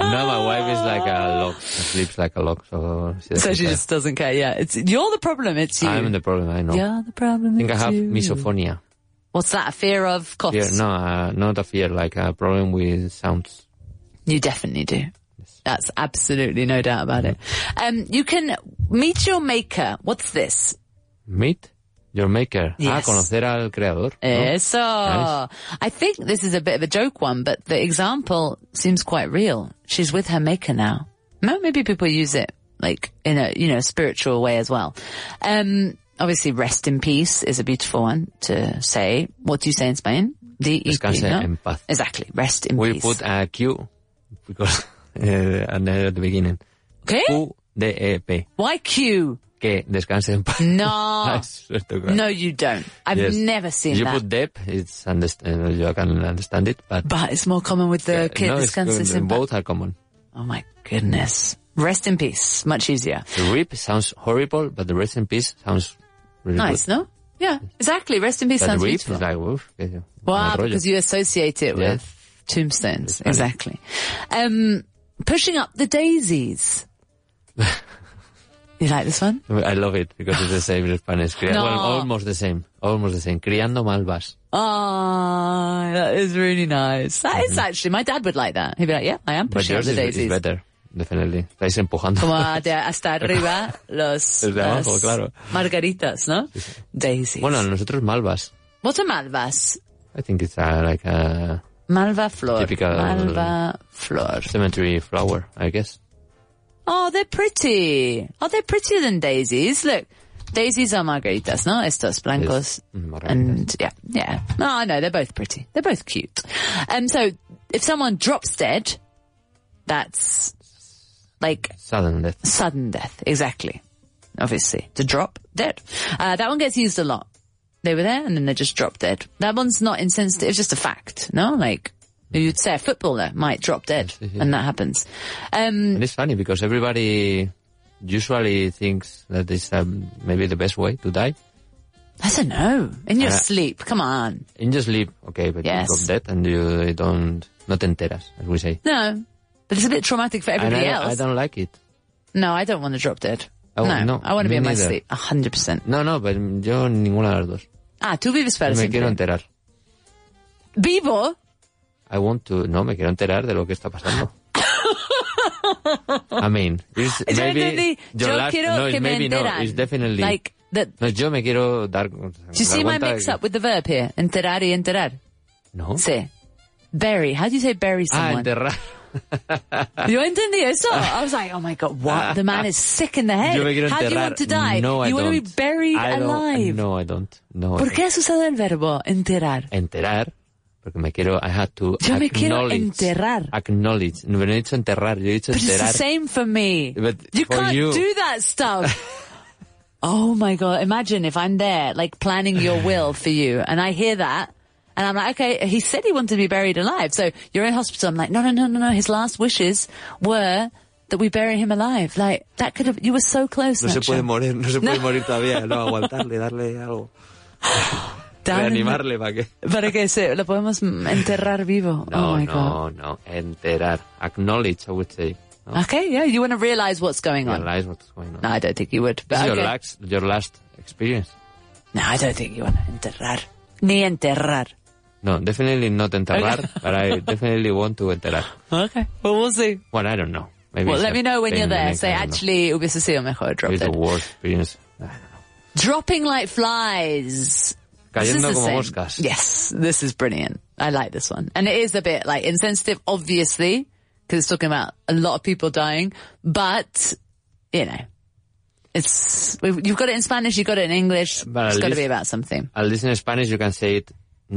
[SPEAKER 5] my wife is like a lock. Sleeps like a lock. So, she
[SPEAKER 4] so she
[SPEAKER 5] doesn't
[SPEAKER 4] just doesn't care. Yeah, it's you're the problem. It's you.
[SPEAKER 5] care. I'm the problem, I know.
[SPEAKER 4] You're the problem.
[SPEAKER 5] I think I
[SPEAKER 4] it's
[SPEAKER 5] have
[SPEAKER 4] you.
[SPEAKER 5] misophonia.
[SPEAKER 4] What's that? A fear of coughs?
[SPEAKER 5] Fear, no, uh, not a fear, like a problem with sounds.
[SPEAKER 4] You definitely do. That's absolutely no doubt about it.
[SPEAKER 5] Mm-hmm.
[SPEAKER 4] Um, you can meet your maker. What's this?
[SPEAKER 5] Meet your maker. Ah,
[SPEAKER 4] Yes.
[SPEAKER 5] conocer al creador. ¿no?
[SPEAKER 4] Eso. Eh, I think this is a bit of a joke one, but the example seems quite real. She's with her maker now. Mo- Maybe people use it like in a, you know, spiritual way as well. Um, obviously rest in peace is a beautiful one to say. What do you say in Spain? D E P,
[SPEAKER 5] Descanse
[SPEAKER 4] no?
[SPEAKER 5] en paz.
[SPEAKER 4] Exactly. Rest in
[SPEAKER 5] We
[SPEAKER 4] peace.
[SPEAKER 5] put a Q because eh, and then at the beginning.
[SPEAKER 4] okay.
[SPEAKER 5] Q D E P.
[SPEAKER 4] Why Q?
[SPEAKER 5] Que descanse en paz.
[SPEAKER 4] No.
[SPEAKER 5] Eso es tu-
[SPEAKER 4] Ah. no, you don't. I've
[SPEAKER 5] Yes.
[SPEAKER 4] never seen
[SPEAKER 5] you
[SPEAKER 4] that.
[SPEAKER 5] put dep, it's understand, you can understand it, but uh,
[SPEAKER 4] but it's more common with the kids.
[SPEAKER 5] no, it's
[SPEAKER 4] Descanses
[SPEAKER 5] good.
[SPEAKER 4] in paz.
[SPEAKER 5] both are common.
[SPEAKER 4] Oh my goodness. Rest in peace. Much easier.
[SPEAKER 5] The rip sounds horrible, but the rest in peace sounds really
[SPEAKER 4] Nice,
[SPEAKER 5] good.
[SPEAKER 4] no? Yeah, exactly. Rest in peace
[SPEAKER 5] But
[SPEAKER 4] sounds
[SPEAKER 5] rip
[SPEAKER 4] beautiful.
[SPEAKER 5] is like, "Uf, qué- mal
[SPEAKER 4] wow,
[SPEAKER 5] rollo".
[SPEAKER 4] because you associate it
[SPEAKER 5] Yeah.
[SPEAKER 4] with tombstones. Exactly. Um, pushing up the daisies. you like this one?
[SPEAKER 5] I love it because it's the same in Spanish. Cri-
[SPEAKER 4] No.
[SPEAKER 5] Well, almost the same. Almost the same. Criando malvas.
[SPEAKER 4] Ah, that is really nice. That is actually, my dad would like that. He'd be like, yeah, I am
[SPEAKER 5] Mm-hmm. But
[SPEAKER 4] pushing up
[SPEAKER 5] yours
[SPEAKER 4] the
[SPEAKER 5] is, is
[SPEAKER 4] daisies.
[SPEAKER 5] better, definitely. Estáis empujando.
[SPEAKER 4] Como de hasta arriba los,
[SPEAKER 5] Desde
[SPEAKER 4] las
[SPEAKER 5] abajo, claro.
[SPEAKER 4] margaritas, ¿no? Daisies.
[SPEAKER 5] Bueno, nosotros malvas.
[SPEAKER 4] what are malvas?
[SPEAKER 5] I think it's uh, like a
[SPEAKER 4] Malva flor.
[SPEAKER 5] Typical-
[SPEAKER 4] Malva flor.
[SPEAKER 5] cemetery flower, I guess.
[SPEAKER 4] Oh, they're pretty. Oh, they're prettier than daisies. Look, daisies are margaritas, no? Estos blancos.
[SPEAKER 5] Mm, margaritas.
[SPEAKER 4] And yeah, yeah. No, I know, they're both pretty. They're both cute. Um, so if someone drops dead, that's like
[SPEAKER 5] Sudden death.
[SPEAKER 4] sudden death. Exactly. Obviously. To drop dead. Uh, that one gets used a lot. They were there and then they just dropped dead. That one's not insensitive. It's just a fact, no? Like,
[SPEAKER 5] Mm-hmm.
[SPEAKER 4] you'd say a footballer might drop dead and that happens. Um,
[SPEAKER 5] And it's funny because everybody usually thinks that is um, maybe the best way to die.
[SPEAKER 4] I don't know. In your
[SPEAKER 5] Uh,
[SPEAKER 4] sleep, come on.
[SPEAKER 5] And just live, okay, but
[SPEAKER 4] Yes.
[SPEAKER 5] you drop dead and you don't, no te enteras, as we say.
[SPEAKER 4] No. But it's a bit traumatic for
[SPEAKER 5] And I,
[SPEAKER 4] everybody
[SPEAKER 5] don't- I
[SPEAKER 4] else.
[SPEAKER 5] don't like it.
[SPEAKER 4] no, I don't want to drop dead.
[SPEAKER 5] I
[SPEAKER 4] no,
[SPEAKER 5] won't- no,
[SPEAKER 4] I want to
[SPEAKER 5] me
[SPEAKER 4] be in my
[SPEAKER 5] neither.
[SPEAKER 4] sleep. A 100%.
[SPEAKER 5] No, no, pero yo ninguna de las dos.
[SPEAKER 4] Ah, tú vives para
[SPEAKER 5] Me quiero
[SPEAKER 4] siempre.
[SPEAKER 5] enterar.
[SPEAKER 4] Vivo.
[SPEAKER 5] I want to, no, me quiero enterar de lo que está pasando. I mean, it's
[SPEAKER 4] Yo
[SPEAKER 5] maybe
[SPEAKER 4] entendí.
[SPEAKER 5] your
[SPEAKER 4] Yo
[SPEAKER 5] last-
[SPEAKER 4] quiero
[SPEAKER 5] no, it's
[SPEAKER 4] que me
[SPEAKER 5] maybe no,
[SPEAKER 4] enteran.
[SPEAKER 5] it's definitely
[SPEAKER 4] Like, that,
[SPEAKER 5] No, yo me quiero dar.
[SPEAKER 4] do you see my mix up with the verb here? Enterar y enterar.
[SPEAKER 5] No.
[SPEAKER 4] Sí. Bury. How do you say bury
[SPEAKER 5] Ah,
[SPEAKER 4] someone?
[SPEAKER 5] enterrar. Ah.
[SPEAKER 4] you entendí eso? I was like, oh my god, what? The man is sick in the head.
[SPEAKER 5] Yo me quiero enterrar.
[SPEAKER 4] How do you want to die?
[SPEAKER 5] No, I
[SPEAKER 4] you
[SPEAKER 5] don't.
[SPEAKER 4] want to be buried
[SPEAKER 5] I don't-
[SPEAKER 4] alive.
[SPEAKER 5] No, I don't. No. I
[SPEAKER 4] ¿Por
[SPEAKER 5] don't.
[SPEAKER 4] qué has usado el verbo enterar?
[SPEAKER 5] Enterar. Porque me quiero. I had to.
[SPEAKER 4] Yo me quiero
[SPEAKER 5] acknowledge-
[SPEAKER 4] enterrar.
[SPEAKER 5] Acknowledge. No, no he dicho enterrar, yo he dicho
[SPEAKER 4] But it's the
[SPEAKER 5] enterar.
[SPEAKER 4] same for me.
[SPEAKER 5] But
[SPEAKER 4] you
[SPEAKER 5] for
[SPEAKER 4] can't
[SPEAKER 5] you-
[SPEAKER 4] do that stuff. oh my god! Imagine if I'm there, like planning your will for you, and I hear that, and I'm like, okay, he said he wanted to be buried alive, so you're in hospital. I'm like, no, no, no, no, no. His last wishes were that we bury him alive. Like that could have. You were so close.
[SPEAKER 5] No se
[SPEAKER 4] Nacho.
[SPEAKER 5] puede morir, no se puede morir todavía, no, aguantarle, darle algo,
[SPEAKER 4] Down in the-
[SPEAKER 5] reanimarle para que...
[SPEAKER 4] Para que se lo podemos mm, enterrar vivo.
[SPEAKER 5] No,
[SPEAKER 4] oh my god.
[SPEAKER 5] no, no, enterar, acknowledge, I would say. No,
[SPEAKER 4] Okay, yeah, you want to realize what's going on.
[SPEAKER 5] Realize what's going on.
[SPEAKER 4] No, I don't think you would. But
[SPEAKER 5] This is your
[SPEAKER 4] okay.
[SPEAKER 5] last, your last experience.
[SPEAKER 4] No, I don't think you want to enterrar. Ni enterrar.
[SPEAKER 5] No, definitely not enterrar, but I definitely want to enterrar.
[SPEAKER 4] Okay. Well, we'll see.
[SPEAKER 5] Well, I don't know. Maybe
[SPEAKER 4] Well,
[SPEAKER 5] it's
[SPEAKER 4] let
[SPEAKER 5] a
[SPEAKER 4] me know when
[SPEAKER 5] pain
[SPEAKER 4] you're
[SPEAKER 5] in the
[SPEAKER 4] there.
[SPEAKER 5] neck,
[SPEAKER 4] Say,
[SPEAKER 5] I don't know.
[SPEAKER 4] actually, hubiese sido mejor drop
[SPEAKER 5] It's the
[SPEAKER 4] dead.
[SPEAKER 5] worst experience.
[SPEAKER 4] Dropping like flies. This is
[SPEAKER 5] Cayendo
[SPEAKER 4] the
[SPEAKER 5] como
[SPEAKER 4] same.
[SPEAKER 5] moscas.
[SPEAKER 4] Yes, this is brilliant. I like this one. And it is a bit like insensitive, obviously, because it's talking about a lot of people dying, but, you know, it's, we've- you've got it in Spanish, you've got it in English,
[SPEAKER 5] But at
[SPEAKER 4] it's got to
[SPEAKER 5] least-
[SPEAKER 4] be about something.
[SPEAKER 5] At least in Spanish, you can say it mm,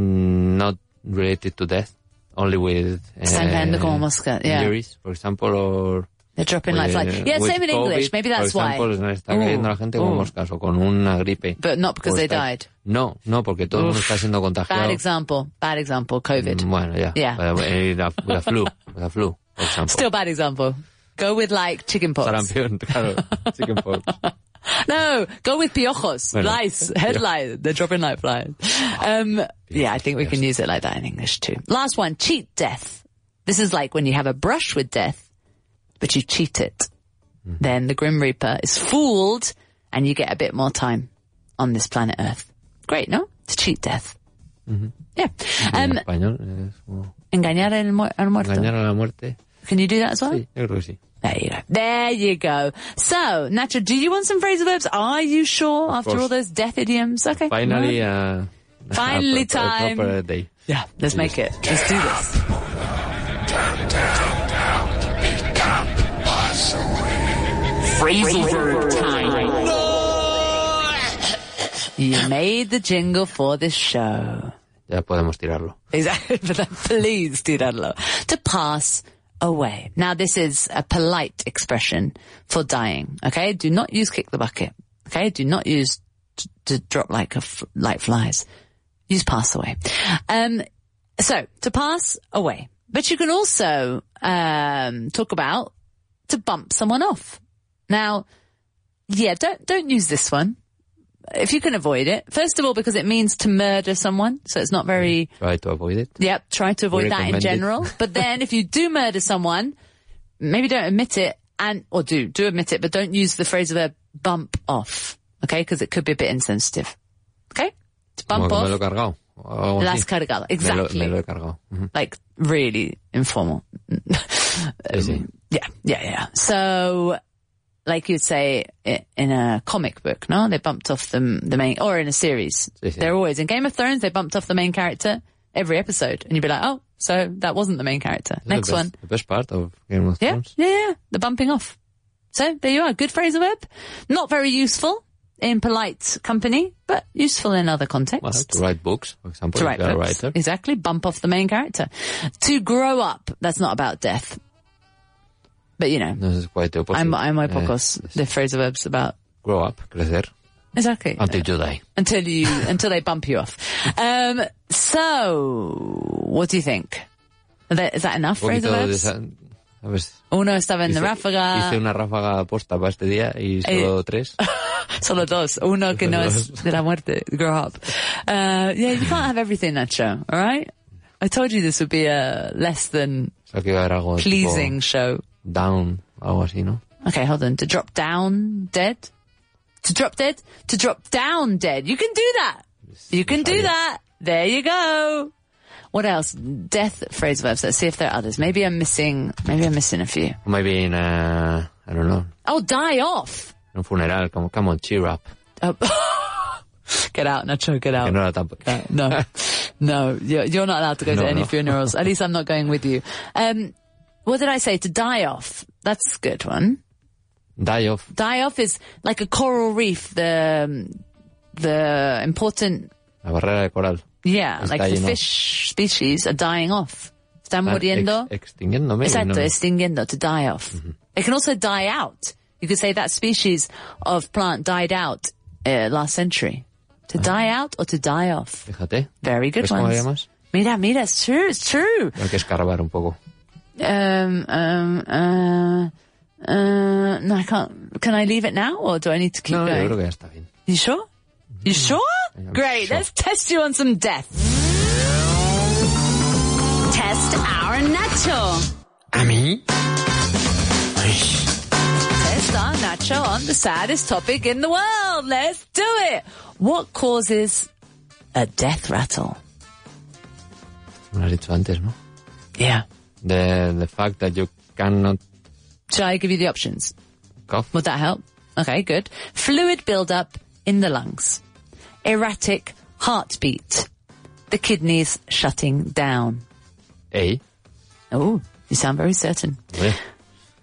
[SPEAKER 5] not related to death, only with uh,
[SPEAKER 4] Sangre como mosca, yeah.
[SPEAKER 5] injuries, for example, or
[SPEAKER 4] They're dropping like
[SPEAKER 5] with,
[SPEAKER 4] flies. Yeah,
[SPEAKER 5] with
[SPEAKER 4] same in
[SPEAKER 5] COVID,
[SPEAKER 4] English, maybe that's
[SPEAKER 5] por
[SPEAKER 4] why.
[SPEAKER 5] ejemplo, se está cayendo la gente con
[SPEAKER 4] ooh.
[SPEAKER 5] moscas o con una gripe.
[SPEAKER 4] But not because
[SPEAKER 5] O
[SPEAKER 4] they
[SPEAKER 5] está-
[SPEAKER 4] died.
[SPEAKER 5] No, no, porque todo el mundo está siendo contagiado.
[SPEAKER 4] Bad example, bad example, COVID.
[SPEAKER 5] Mm, Bueno, ya.
[SPEAKER 4] Yeah.
[SPEAKER 5] But, eh, la- with a flu, with a flu, for example.
[SPEAKER 4] Still bad example. Go with like chickenpox.
[SPEAKER 5] Sarampión, claro. Chickenpox.
[SPEAKER 4] No, go with piojos,
[SPEAKER 5] Bueno.
[SPEAKER 4] lice, head lice. They're dropping like flies. Um, yeah, I think we can use it like that in English too. Last one, cheat death. This is like when you have a brush with death, but you cheat it.
[SPEAKER 5] Mm-hmm.
[SPEAKER 4] Then the Grim Reaper is fooled and you get a bit more time on this planet Earth. Great, no? To cheat death.
[SPEAKER 5] Mm-hmm.
[SPEAKER 4] Yeah.
[SPEAKER 5] En
[SPEAKER 4] Um,
[SPEAKER 5] español es como
[SPEAKER 4] engañar al, mu- al muerto.
[SPEAKER 5] Mm-hmm. engañar a la muerte.
[SPEAKER 4] Can you do that as well?
[SPEAKER 5] Sí, yo creo que sí.
[SPEAKER 4] There you go. There you go. So, Nacho, do you want some phrasal verbs? Are you sure after
[SPEAKER 5] course.
[SPEAKER 4] all those death idioms? Okay.
[SPEAKER 5] Finally, uh,
[SPEAKER 4] Finally
[SPEAKER 5] a pro- a
[SPEAKER 4] time.
[SPEAKER 5] proper day.
[SPEAKER 4] Yeah, let's make it. Let's do this. You made the jingle for this show.
[SPEAKER 5] Ya podemos tirarlo.
[SPEAKER 4] Exactly. But then please do that low. To pass away. Now, this is a polite expression for dying. Okay. Do not use kick the bucket. Okay. Do not use t- to drop like a f- like flies. Use pass away. Um, so to pass away, but you can also, um, talk about to bump someone off. Now, yeah, don't, don't use this one. If you can avoid it, first of all, because it means to murder someone. So it's not very,
[SPEAKER 5] Try to avoid it.
[SPEAKER 4] Yep, try to avoid that in
[SPEAKER 5] recommend it.
[SPEAKER 4] general. But then if you do murder someone, maybe don't admit it and, or do, do admit it, but don't use the phrase of a bump off. Okay? Cause it could be a bit insensitive. Okay? To
[SPEAKER 5] Como que
[SPEAKER 4] bump
[SPEAKER 5] me lo he
[SPEAKER 4] off,
[SPEAKER 5] cargado. o algo
[SPEAKER 4] las
[SPEAKER 5] así.
[SPEAKER 4] cargadas.
[SPEAKER 5] Me lo-
[SPEAKER 4] Exactly.
[SPEAKER 5] Me lo he cargado. Ujú.
[SPEAKER 4] Like really informal. Eh,
[SPEAKER 5] Sí, sí.
[SPEAKER 4] Yeah, yeah, yeah. So, like you'd say i- in a comic book, no? They bumped off the, the main, or in a series.
[SPEAKER 5] Sí, sí.
[SPEAKER 4] They're always, in Game of Thrones, they bumped off the main character every episode. And you'd be like, oh, so that wasn't the main character. Next
[SPEAKER 5] the best,
[SPEAKER 4] one.
[SPEAKER 5] The best part of Game of
[SPEAKER 4] Yeah,
[SPEAKER 5] Thrones.
[SPEAKER 4] yeah, yeah. The bumping off. So there you are. Good phrasal verb. Not very useful in polite company, but useful in other
[SPEAKER 5] Well,
[SPEAKER 4] contexts.
[SPEAKER 5] to write books, for example.
[SPEAKER 4] To
[SPEAKER 5] if
[SPEAKER 4] write
[SPEAKER 5] you are a
[SPEAKER 4] books.
[SPEAKER 5] writer.
[SPEAKER 4] Exactly. Bump off the main character. To grow up. That's not about death. But you know,
[SPEAKER 5] No, es quite the opposite.
[SPEAKER 4] I'm, I'm
[SPEAKER 5] Eh,
[SPEAKER 4] my pocos. the phrasal verbs about
[SPEAKER 5] grow up, crecer,
[SPEAKER 4] exactly
[SPEAKER 5] until you die.
[SPEAKER 4] until you until they bump you off. Um, so what do you think? Is that, is that enough
[SPEAKER 5] Un poquito
[SPEAKER 4] phrasal
[SPEAKER 5] de
[SPEAKER 4] verbs?
[SPEAKER 5] esa- ¿sabes?
[SPEAKER 4] Uno estaba en
[SPEAKER 5] Hice-
[SPEAKER 4] ráfaga. Eh,
[SPEAKER 5] Hice una ráfaga posta para este día y solo tres.
[SPEAKER 4] Solo dos. Uno que no es de la muerte. Grow up. Uh, yeah, you can't have everything, Nacho. All right. I told you this would be a less than
[SPEAKER 5] O sea, que iba a haber algo tipo
[SPEAKER 4] pleasing show.
[SPEAKER 5] down, algo así, ¿no?
[SPEAKER 4] Okay, hold on. To drop down dead. To drop dead. To drop down dead. You can do that. You can do that. There you go. What else? Death phrase verbs. Let's see if there are others. Maybe I'm missing. Maybe I'm missing a few.
[SPEAKER 5] Maybe in a, eh, I don't know,
[SPEAKER 4] Oh, die off.
[SPEAKER 5] un funeral, como come on, cheer up.
[SPEAKER 4] Oh, get out, Nacho. Get out.
[SPEAKER 5] Que no era tampoco.
[SPEAKER 4] no, no, you're, you're not allowed to go
[SPEAKER 5] No,
[SPEAKER 4] to any
[SPEAKER 5] no.
[SPEAKER 4] funerals. At least I'm not going with you. Um, what did I say? To die off. That's a good one.
[SPEAKER 5] Die off.
[SPEAKER 4] Die off is like a coral reef. The um, the important,
[SPEAKER 5] La barrera de coral.
[SPEAKER 4] yeah,
[SPEAKER 5] Está
[SPEAKER 4] like the
[SPEAKER 5] lleno.
[SPEAKER 4] fish species are dying off. Están
[SPEAKER 5] Están
[SPEAKER 4] muriendo.
[SPEAKER 5] Ah, ex- extinguiéndome.
[SPEAKER 4] Exacto,
[SPEAKER 5] no. Mm-hmm.
[SPEAKER 4] extinguiendo, to die off. It can also die out. You could say that species of plant died out uh, last century. To
[SPEAKER 5] Ah.
[SPEAKER 4] die out or to die off.
[SPEAKER 5] Fíjate.
[SPEAKER 4] Very good
[SPEAKER 5] ¿Ves cómo había más?
[SPEAKER 4] ones. Mira, mira, it's true, it's true.
[SPEAKER 5] Hay que escarbar un poco.
[SPEAKER 4] Um, um, uh, uh, no, I can't. Can I leave it now or do I need to keep
[SPEAKER 5] No, yo
[SPEAKER 4] going?
[SPEAKER 5] creo que ya está bien.
[SPEAKER 4] You sure? You sure?
[SPEAKER 5] Hmm. I'm
[SPEAKER 4] Great,
[SPEAKER 5] sure.
[SPEAKER 4] let's test you on some death.
[SPEAKER 10] Test our nacho.
[SPEAKER 7] ¿A mí?
[SPEAKER 4] Test our nacho on the saddest topic in the world. Let's do it. What causes a death rattle?
[SPEAKER 5] Me lo has dicho antes, ¿no?
[SPEAKER 4] Yeah.
[SPEAKER 5] The, the fact that you cannot
[SPEAKER 4] Shall I give you the options?
[SPEAKER 5] cough.
[SPEAKER 4] Would that help? Okay, good. Fluid buildup in the lungs. Erratic heartbeat. The kidneys shutting down.
[SPEAKER 5] A.
[SPEAKER 4] Oh. You sound very certain.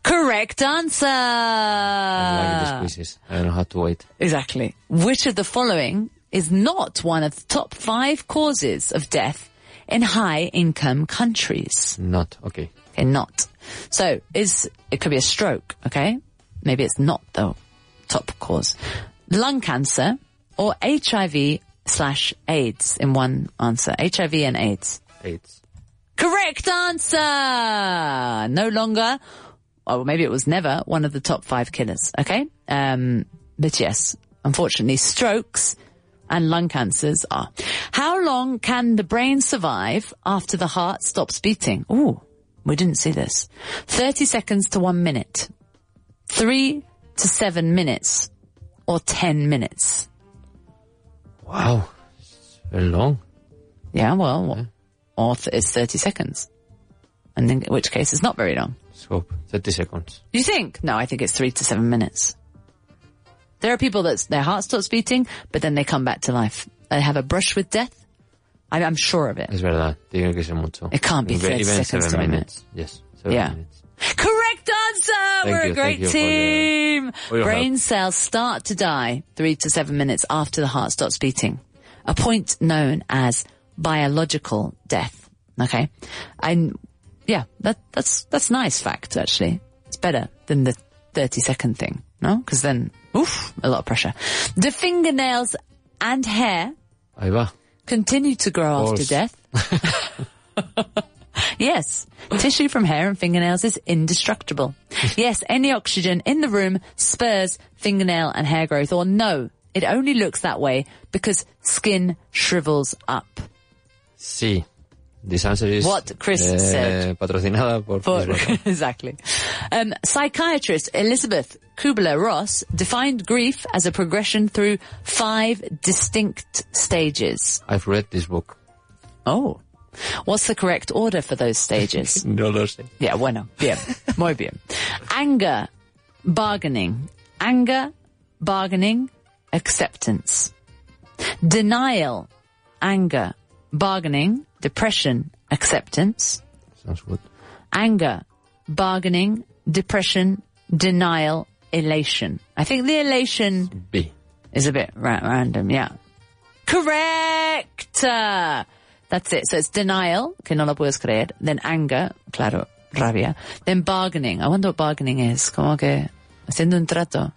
[SPEAKER 4] Correct answer.
[SPEAKER 5] like
[SPEAKER 4] Ah.
[SPEAKER 5] these quizzes. I don't know how to wait.
[SPEAKER 4] Exactly. Which of the following is not one of the top five causes of death in high income countries?
[SPEAKER 5] Not okay.
[SPEAKER 4] Okay, not. So is, it could be a stroke, okay? Maybe it's not the top cause. Lung cancer or HIV slash AIDS in one answer. HIV and AIDS.
[SPEAKER 5] AIDS.
[SPEAKER 4] Correct answer! No longer, or maybe it was never, one of the top five killers, okay? Um, but yes, unfortunately, strokes and lung cancers are. How long can the brain survive after the heart stops beating? Ooh, we didn't see this. 30 seconds to one minute. Three to seven minutes. Or 10 minutes.
[SPEAKER 5] Wow. It's very long.
[SPEAKER 4] Yeah, well, or th- it's 30 seconds. And in which case it's not very long.
[SPEAKER 5] Let's hope. 30 seconds.
[SPEAKER 4] You think? No, I think it's three to seven minutes. There are people that their heart stops beating, but then they come back to life. They have a brush with death. I- I'm sure of it.
[SPEAKER 5] Es verdad. Tiene que ser mucho.
[SPEAKER 4] It can't be
[SPEAKER 5] Even-
[SPEAKER 4] 30
[SPEAKER 5] even
[SPEAKER 4] seconds to a
[SPEAKER 5] seven minutes. Yes. Seven
[SPEAKER 4] Yeah.
[SPEAKER 5] minutes.
[SPEAKER 4] Correct answer! We're
[SPEAKER 5] you,
[SPEAKER 4] a
[SPEAKER 5] thank
[SPEAKER 4] great
[SPEAKER 5] you for
[SPEAKER 4] team!
[SPEAKER 5] for your
[SPEAKER 4] Brain cells start to die three to seven minutes after the heart stops beating. A point known as biological death. Okay? And yeah, that, that's, that's nice fact actually. It's better than the 30 second thing, no? Cause then, oof, a lot of pressure. The fingernails and hair
[SPEAKER 5] Ahí va.
[SPEAKER 4] continue to grow after
[SPEAKER 5] False.
[SPEAKER 4] death. yes, tissue from hair and fingernails is indestructible. Yes, any oxygen in the room spurs fingernail and hair growth, or no, it only looks that way because skin shrivels up.
[SPEAKER 5] Sí. This answer is... eh,
[SPEAKER 4] What Chris said.
[SPEAKER 5] Patrocinada por...
[SPEAKER 4] But-
[SPEAKER 5] Chris Rock.
[SPEAKER 4] exactly. Um, psychiatrist Elizabeth Kubler Ross defined grief as a progression through five distinct stages.
[SPEAKER 5] I've read this book.
[SPEAKER 4] Oh. What's the correct order for those stages?
[SPEAKER 5] No lo sé.
[SPEAKER 4] Yeah, bueno, bien, muy bien. Anger, bargaining. Anger, bargaining, acceptance. Denial, anger, bargaining, depression, acceptance.
[SPEAKER 5] Sounds good.
[SPEAKER 4] Anger, bargaining, depression, denial, elation. I think the elation
[SPEAKER 5] B.
[SPEAKER 4] is a bit ra- random, yeah. Correct! Uh, That's it. So it's denial, que no lo puedes creer, then anger, claro, rabia, then bargaining. I wonder what bargaining is. Como que haciendo un trato.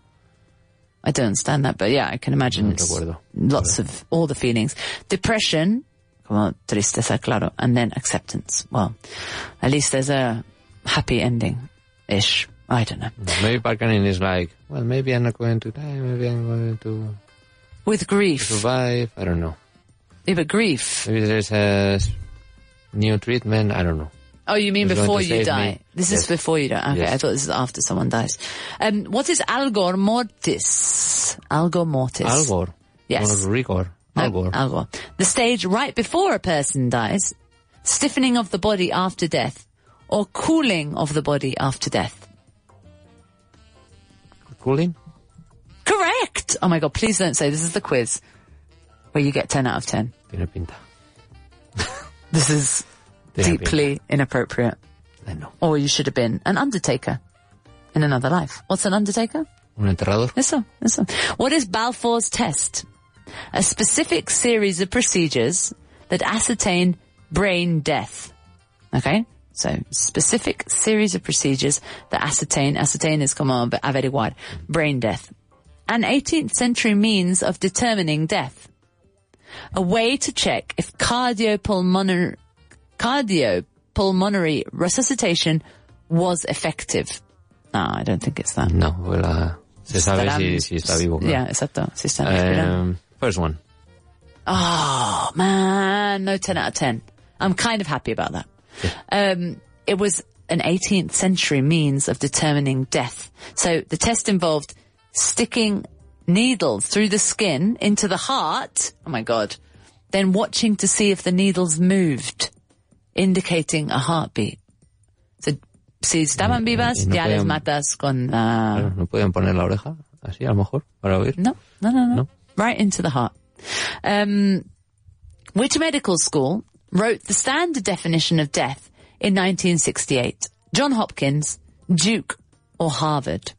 [SPEAKER 4] I don't understand that, but yeah, I can imagine
[SPEAKER 5] No
[SPEAKER 4] it's
[SPEAKER 5] recuerdo.
[SPEAKER 4] lots of all the feelings. Depression, como tristeza, claro, and then acceptance. Well, at least there's a happy ending-ish. I don't know.
[SPEAKER 5] Maybe bargaining is like, well, maybe I'm not going to die, maybe I'm going to
[SPEAKER 4] With grief,
[SPEAKER 5] survive. I don't know.
[SPEAKER 4] yeah, but grief.
[SPEAKER 5] Maybe there's a s- new treatment. I don't know.
[SPEAKER 4] Oh, you mean
[SPEAKER 5] Who's going
[SPEAKER 4] before
[SPEAKER 5] to
[SPEAKER 4] you
[SPEAKER 5] save
[SPEAKER 4] die?
[SPEAKER 5] me?
[SPEAKER 4] This is
[SPEAKER 5] Yes.
[SPEAKER 4] before you die. Okay,
[SPEAKER 5] Yes.
[SPEAKER 4] I thought this is after someone dies. Um, what is algor mortis? Algor mortis.
[SPEAKER 5] Algor.
[SPEAKER 4] Yes. Ah,
[SPEAKER 5] Or rigor.
[SPEAKER 4] No,
[SPEAKER 5] Algor.
[SPEAKER 4] Algor. The stage right before a person dies, stiffening of the body after death, or cooling of the body after death.
[SPEAKER 5] Cooling?
[SPEAKER 4] Correct! Oh my god, please don't say this is the quiz where you get 10 out of 10.
[SPEAKER 5] Tiene pinta.
[SPEAKER 4] This is
[SPEAKER 5] Tiene
[SPEAKER 4] deeply inappropriate.
[SPEAKER 5] pinta. I know.
[SPEAKER 4] Or you should have been an undertaker in another life. What's an undertaker?
[SPEAKER 5] Un enterrador.
[SPEAKER 4] Eso, eso. What is Balfour's test? A specific series of procedures that ascertain brain death. Okay? So, specific series of procedures that ascertain, ascertain is como averiguar, brain death. An 18th century means of determining death. A way to check if cardiopulmonar, cardiopulmonary resuscitation was effective. No, I don't think it's that.
[SPEAKER 5] No, well, uh, se sabe si,
[SPEAKER 4] Estarán-
[SPEAKER 5] si está vivo.
[SPEAKER 4] Yeah,
[SPEAKER 5] Claro.
[SPEAKER 4] exacto. Si están respirando.
[SPEAKER 5] Um, first one.
[SPEAKER 4] Oh, man. No 10 out of 10. I'm kind of happy about that. Um, it was an 18th century means of determining death. So the test involved sticking needles through the skin into the heart. Oh my God. Then watching to see if the needles moved, indicating a heartbeat. So, si estaban vivas,
[SPEAKER 5] no
[SPEAKER 4] ya les
[SPEAKER 5] podían-
[SPEAKER 4] matas con ah, la...
[SPEAKER 5] Claro, No podían poner la oreja, así a lo mejor, para oír.
[SPEAKER 4] No, no, no, no.
[SPEAKER 5] No?
[SPEAKER 4] Right into the heart. Um, which medical school wrote the standard definition of death in 1968 John Hopkins, Duke, or Harvard?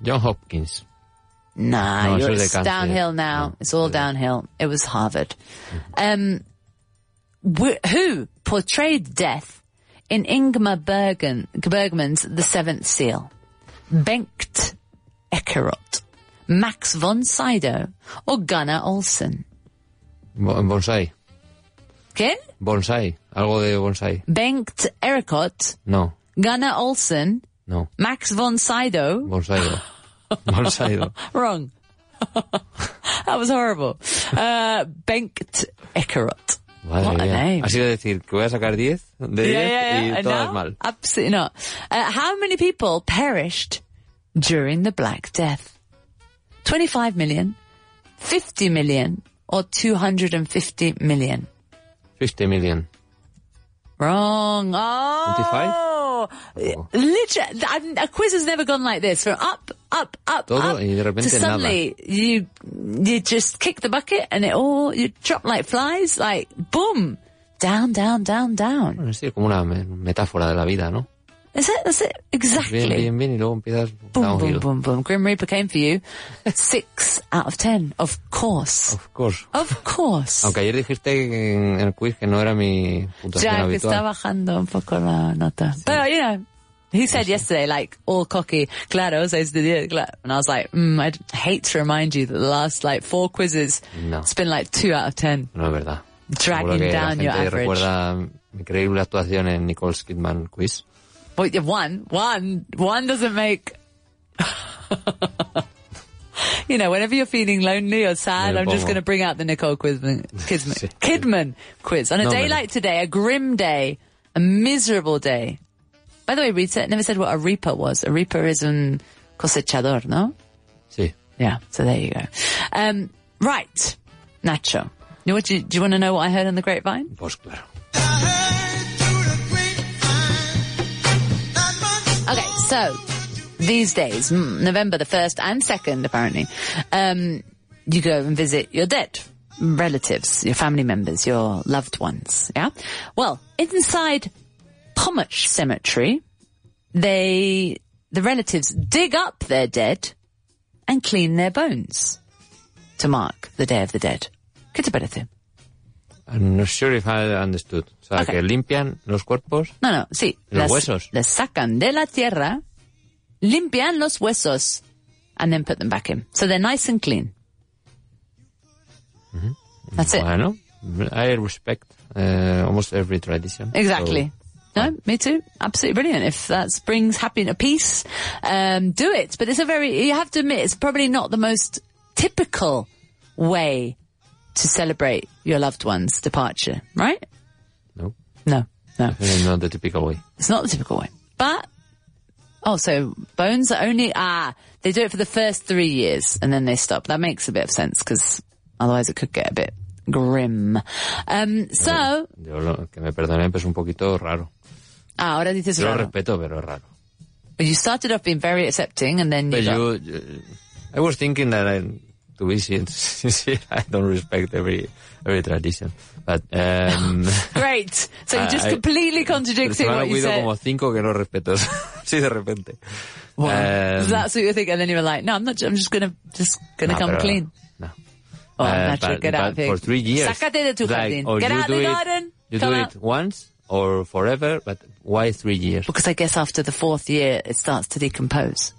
[SPEAKER 5] John Hopkins.
[SPEAKER 4] Nah,
[SPEAKER 5] No, eso
[SPEAKER 4] you're,
[SPEAKER 5] es de
[SPEAKER 4] it's
[SPEAKER 5] cáncer.
[SPEAKER 4] downhill now. it's all downhill. It was Harvard. Um, wh- who portrayed death in Ingmar Bergen, Bergman's The Seventh Seal? Bengt Ekerot, Max von Sydow, or Gunnar Olsen?
[SPEAKER 5] Bo- Bonsai.
[SPEAKER 4] ¿Quién?
[SPEAKER 5] Bonsai. Algo de bonsai.
[SPEAKER 4] Bengt Ekerot,
[SPEAKER 5] No,
[SPEAKER 4] Gunnar Olsen,
[SPEAKER 5] no.
[SPEAKER 4] Max von Sydow.
[SPEAKER 5] Bonsai. Bonsai.
[SPEAKER 4] Wrong. that was horrible. Uh, Bengt Ekerot.
[SPEAKER 5] Madre
[SPEAKER 4] What a
[SPEAKER 5] mía.
[SPEAKER 4] name.
[SPEAKER 5] Ha sido decir que voy a sacar 10 de 10 y
[SPEAKER 4] And
[SPEAKER 5] todas
[SPEAKER 4] now?
[SPEAKER 5] mal.
[SPEAKER 4] Absolutely not. Uh, how many people perished during the Black Death? 25 million, 50 million, or 250 million?
[SPEAKER 5] 50 million.
[SPEAKER 4] Wrong. Oh.
[SPEAKER 5] 25?
[SPEAKER 4] Literally, I've- a quiz has never gone like this. From up, up, up,
[SPEAKER 5] Todo
[SPEAKER 4] up,
[SPEAKER 5] y de repente
[SPEAKER 4] to suddenly you you just kick the bucket and it all you drop like flies, like boom, down, down, down, down.
[SPEAKER 5] Bueno, sí, como una me- metáfora de la vida, ¿no?
[SPEAKER 4] That's it. That's it. Exactly.
[SPEAKER 5] Bien, bien, bien, y luego empiezas
[SPEAKER 4] Boom, boom,
[SPEAKER 5] downhill.
[SPEAKER 4] boom, boom. Grim Reaper came for you. Six out of ten. Of course.
[SPEAKER 5] Of course.
[SPEAKER 4] Of course.
[SPEAKER 5] Aunque ayer dijiste que en el quiz que no era mi puntuación
[SPEAKER 4] Jack
[SPEAKER 5] habitual.
[SPEAKER 4] está bajando un poco la nota. But, you know, he said yesterday, like, all cocky, claro, seis de diez, claro. And I was like, mm, I'd hate to remind you that the last, like, four quizzes,
[SPEAKER 5] No.
[SPEAKER 4] it's been like two out of ten.
[SPEAKER 5] No es verdad. Seguro
[SPEAKER 4] Dragging
[SPEAKER 5] que la
[SPEAKER 4] down your
[SPEAKER 5] gente
[SPEAKER 4] average.
[SPEAKER 5] recuerda mi increíble actuación en Nicole Kidman Quiz.
[SPEAKER 4] Well, yeah, one, one, one doesn't make. you know, whenever you're feeling lonely or sad,
[SPEAKER 5] Me
[SPEAKER 4] I'm just
[SPEAKER 5] pongo.
[SPEAKER 4] going to bring out the Nicole Kidman, Kidman, Kidman quiz on a
[SPEAKER 5] No,
[SPEAKER 4] day
[SPEAKER 5] man.
[SPEAKER 4] like today, a grim day, a miserable day. By the way, Rita never said what a reaper was. A reaper is un cosechador, no?
[SPEAKER 5] Sí.
[SPEAKER 4] Yeah. So there you go. Um, right, Nacho. You know what? Do you, do you want to know what I heard on the grapevine?
[SPEAKER 5] Pues claro.
[SPEAKER 4] Okay, so these days, mm, November the 1st and 2nd, apparently, um, you go and visit your dead relatives, your family members, your loved ones, yeah? Well, inside Pomach Cemetery, they, the relatives dig up their dead and clean their bones to mark the Day of the Dead. ¿Qué te parece?
[SPEAKER 5] I'm not sure if I understood. O sea,
[SPEAKER 4] Ok.
[SPEAKER 5] que limpian los cuerpos.
[SPEAKER 4] No, no, sí.
[SPEAKER 5] Los
[SPEAKER 4] las-
[SPEAKER 5] huesos.
[SPEAKER 4] Las sacan de la tierra, limpian los huesos, and then put them back in. So they're nice and clean.
[SPEAKER 5] Mm-hmm.
[SPEAKER 4] That's it.
[SPEAKER 5] Bueno, I respect eh, almost every tradition.
[SPEAKER 4] Exactly.
[SPEAKER 5] So,
[SPEAKER 4] No, me too. Absolutely brilliant. If that brings happiness, peace, um, do it. But it's a very, you have to admit, it's probably not the most typical way to celebrate your loved one's departure, right?
[SPEAKER 5] no,
[SPEAKER 4] No, no.
[SPEAKER 5] eh, not the typical way.
[SPEAKER 4] It's not the typical way. But, oh, so bones are only, ah, they do it for the first three years and then they stop. That makes a bit of sense because otherwise it could get a bit grim. Um, so,
[SPEAKER 5] Yo lo- que me perdonen, pero es un poquito raro.
[SPEAKER 4] ah, ahora dices
[SPEAKER 5] Yo lo
[SPEAKER 4] raro.
[SPEAKER 5] respeto, pero es raro.
[SPEAKER 4] But you started off being very accepting and then you,
[SPEAKER 5] But
[SPEAKER 4] got-
[SPEAKER 5] you, you- I was thinking that I, to be sin- sincere, I don't respect every every tradition. But um,
[SPEAKER 4] Great. So you just
[SPEAKER 5] I-
[SPEAKER 4] completely contradicting
[SPEAKER 5] se me han
[SPEAKER 4] what you
[SPEAKER 5] ocurrido
[SPEAKER 4] said.
[SPEAKER 5] como cinco que no respeto, sí de repente.
[SPEAKER 4] Wow.
[SPEAKER 5] Um,
[SPEAKER 4] so that's what you think, and then you were like, "No, I'm not. I'm just gonna, just gonna
[SPEAKER 5] no,
[SPEAKER 4] come
[SPEAKER 5] pero-
[SPEAKER 4] clean."
[SPEAKER 5] No.
[SPEAKER 4] Oh,
[SPEAKER 5] Uh,
[SPEAKER 4] Nacho,
[SPEAKER 5] but-
[SPEAKER 4] get out
[SPEAKER 5] but
[SPEAKER 4] of here.
[SPEAKER 5] For three years.
[SPEAKER 4] Sácate de tu
[SPEAKER 5] like,
[SPEAKER 4] jardín.
[SPEAKER 5] or
[SPEAKER 4] Get
[SPEAKER 5] you
[SPEAKER 4] out of
[SPEAKER 5] do
[SPEAKER 4] the
[SPEAKER 5] it-
[SPEAKER 4] garden.
[SPEAKER 5] You
[SPEAKER 4] Come
[SPEAKER 5] do
[SPEAKER 4] out.
[SPEAKER 5] it once or forever, but why three years?
[SPEAKER 4] Because I guess after the fourth year, it starts to decompose.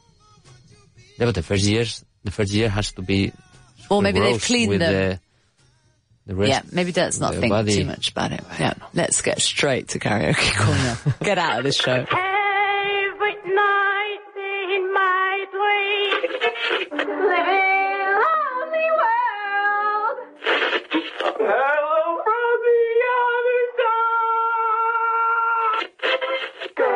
[SPEAKER 5] Yeah, but the first years, the first year has to be.
[SPEAKER 4] Or maybe they've
[SPEAKER 5] engrossed
[SPEAKER 4] cleaned
[SPEAKER 5] with
[SPEAKER 4] them.
[SPEAKER 5] The, the rest.
[SPEAKER 4] Yeah, maybe let's not
[SPEAKER 5] the
[SPEAKER 4] think
[SPEAKER 5] body.
[SPEAKER 4] too much about it. Yeah, let's get straight to karaoke corner. get out of this show.
[SPEAKER 11] Every night in my dreams, living lonely world. Hello from the other side.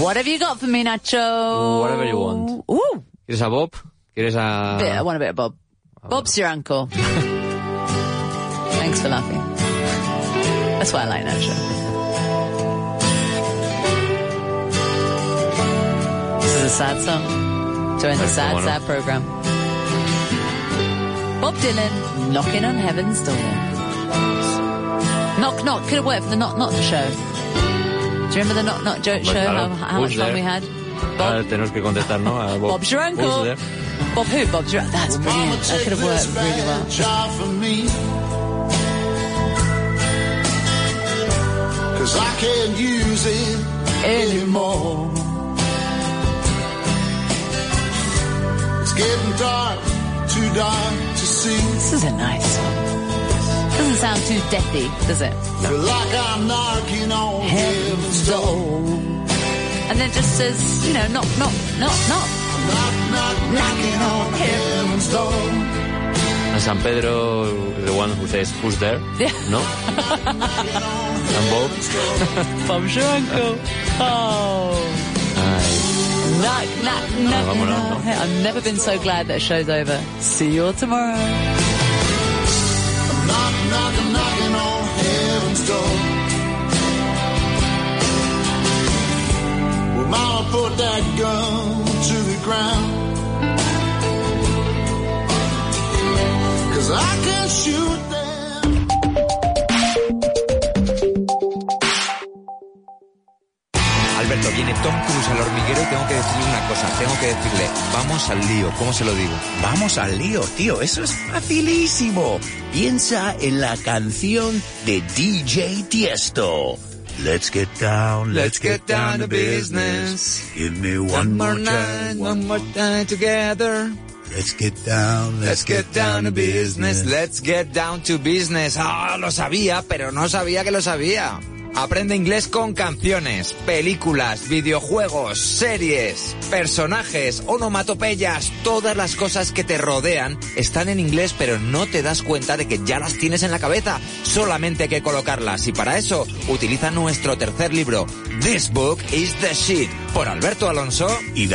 [SPEAKER 4] What have you got for me, Nacho?
[SPEAKER 5] Whatever you want.
[SPEAKER 4] Ooh,
[SPEAKER 5] ¿Quieres a Bob? ¿Quieres a...?
[SPEAKER 4] bit, I want a bit of Bob.
[SPEAKER 5] Oh,
[SPEAKER 4] Bob's your uncle. Thanks for laughing. That's why I like Nacho. This is a sad song. To end the
[SPEAKER 5] Ay,
[SPEAKER 4] sad,
[SPEAKER 5] cómo no.
[SPEAKER 4] sad program. Bob Dylan, Knocking on heaven's door. Knock knock. Could have worked for the knock knock show. Do you remember the knock knock joke
[SPEAKER 5] Pues
[SPEAKER 4] show?
[SPEAKER 5] claro,
[SPEAKER 4] How, how
[SPEAKER 5] who's
[SPEAKER 4] much fun
[SPEAKER 5] there? Uh,
[SPEAKER 4] we had.
[SPEAKER 5] Ahora Ah, tenemos que contestar, ¿no? A Bob.
[SPEAKER 4] Bob's your uncle.
[SPEAKER 5] Who's there?
[SPEAKER 4] Bob who? Bob's your That's brilliant. That could have worked really well.
[SPEAKER 12] job for me. Cause I can't use it anymore. It's getting dark, too dark to see.
[SPEAKER 4] This is a nice song. Doesn't sound too deathy, does it?
[SPEAKER 12] Feel like I'm knocking on heaven's door.
[SPEAKER 4] And then it just says, you know, knock, knock, knock, knock.
[SPEAKER 12] Knock, knock, knocking on heaven's door.
[SPEAKER 5] A San Pedro, the one who says, who's there?
[SPEAKER 4] Yeah.
[SPEAKER 5] No? And Bob.
[SPEAKER 4] Bob's your uncle. Oh.
[SPEAKER 5] Ay,
[SPEAKER 4] Knock, knock, knock.
[SPEAKER 5] vámonos,
[SPEAKER 4] knock. I've never been so glad that show's over. See you all tomorrow.
[SPEAKER 12] Knock, knock, knocking on heaven's door. Well, Mama put that gun to the ground. Cause I can't shoot them.
[SPEAKER 13] Alberto, viene Tom Cruise al hormiguero y tengo que decirle una cosa. Tengo que decirle, vamos al lío. ¿Cómo se lo digo?
[SPEAKER 14] Vamos al lío, tío, eso es facilísimo. Piensa en la canción de DJ Tiesto. Let's get down, let's, get, down, to business. Give me one more chance.
[SPEAKER 13] one more time together.
[SPEAKER 14] Let's get down, let's, get, down, to business.
[SPEAKER 13] Let's get down to business. Ah, lo sabía, pero no sabía que lo sabía. Aprende inglés con canciones, películas, videojuegos, series, personajes, onomatopeyas, todas las cosas que te rodean están en inglés pero no te das cuenta de que ya las tienes en la cabeza, solamente hay que colocarlas y para eso utiliza nuestro tercer libro, This Book is the Shit, por Alberto Alonso
[SPEAKER 14] Y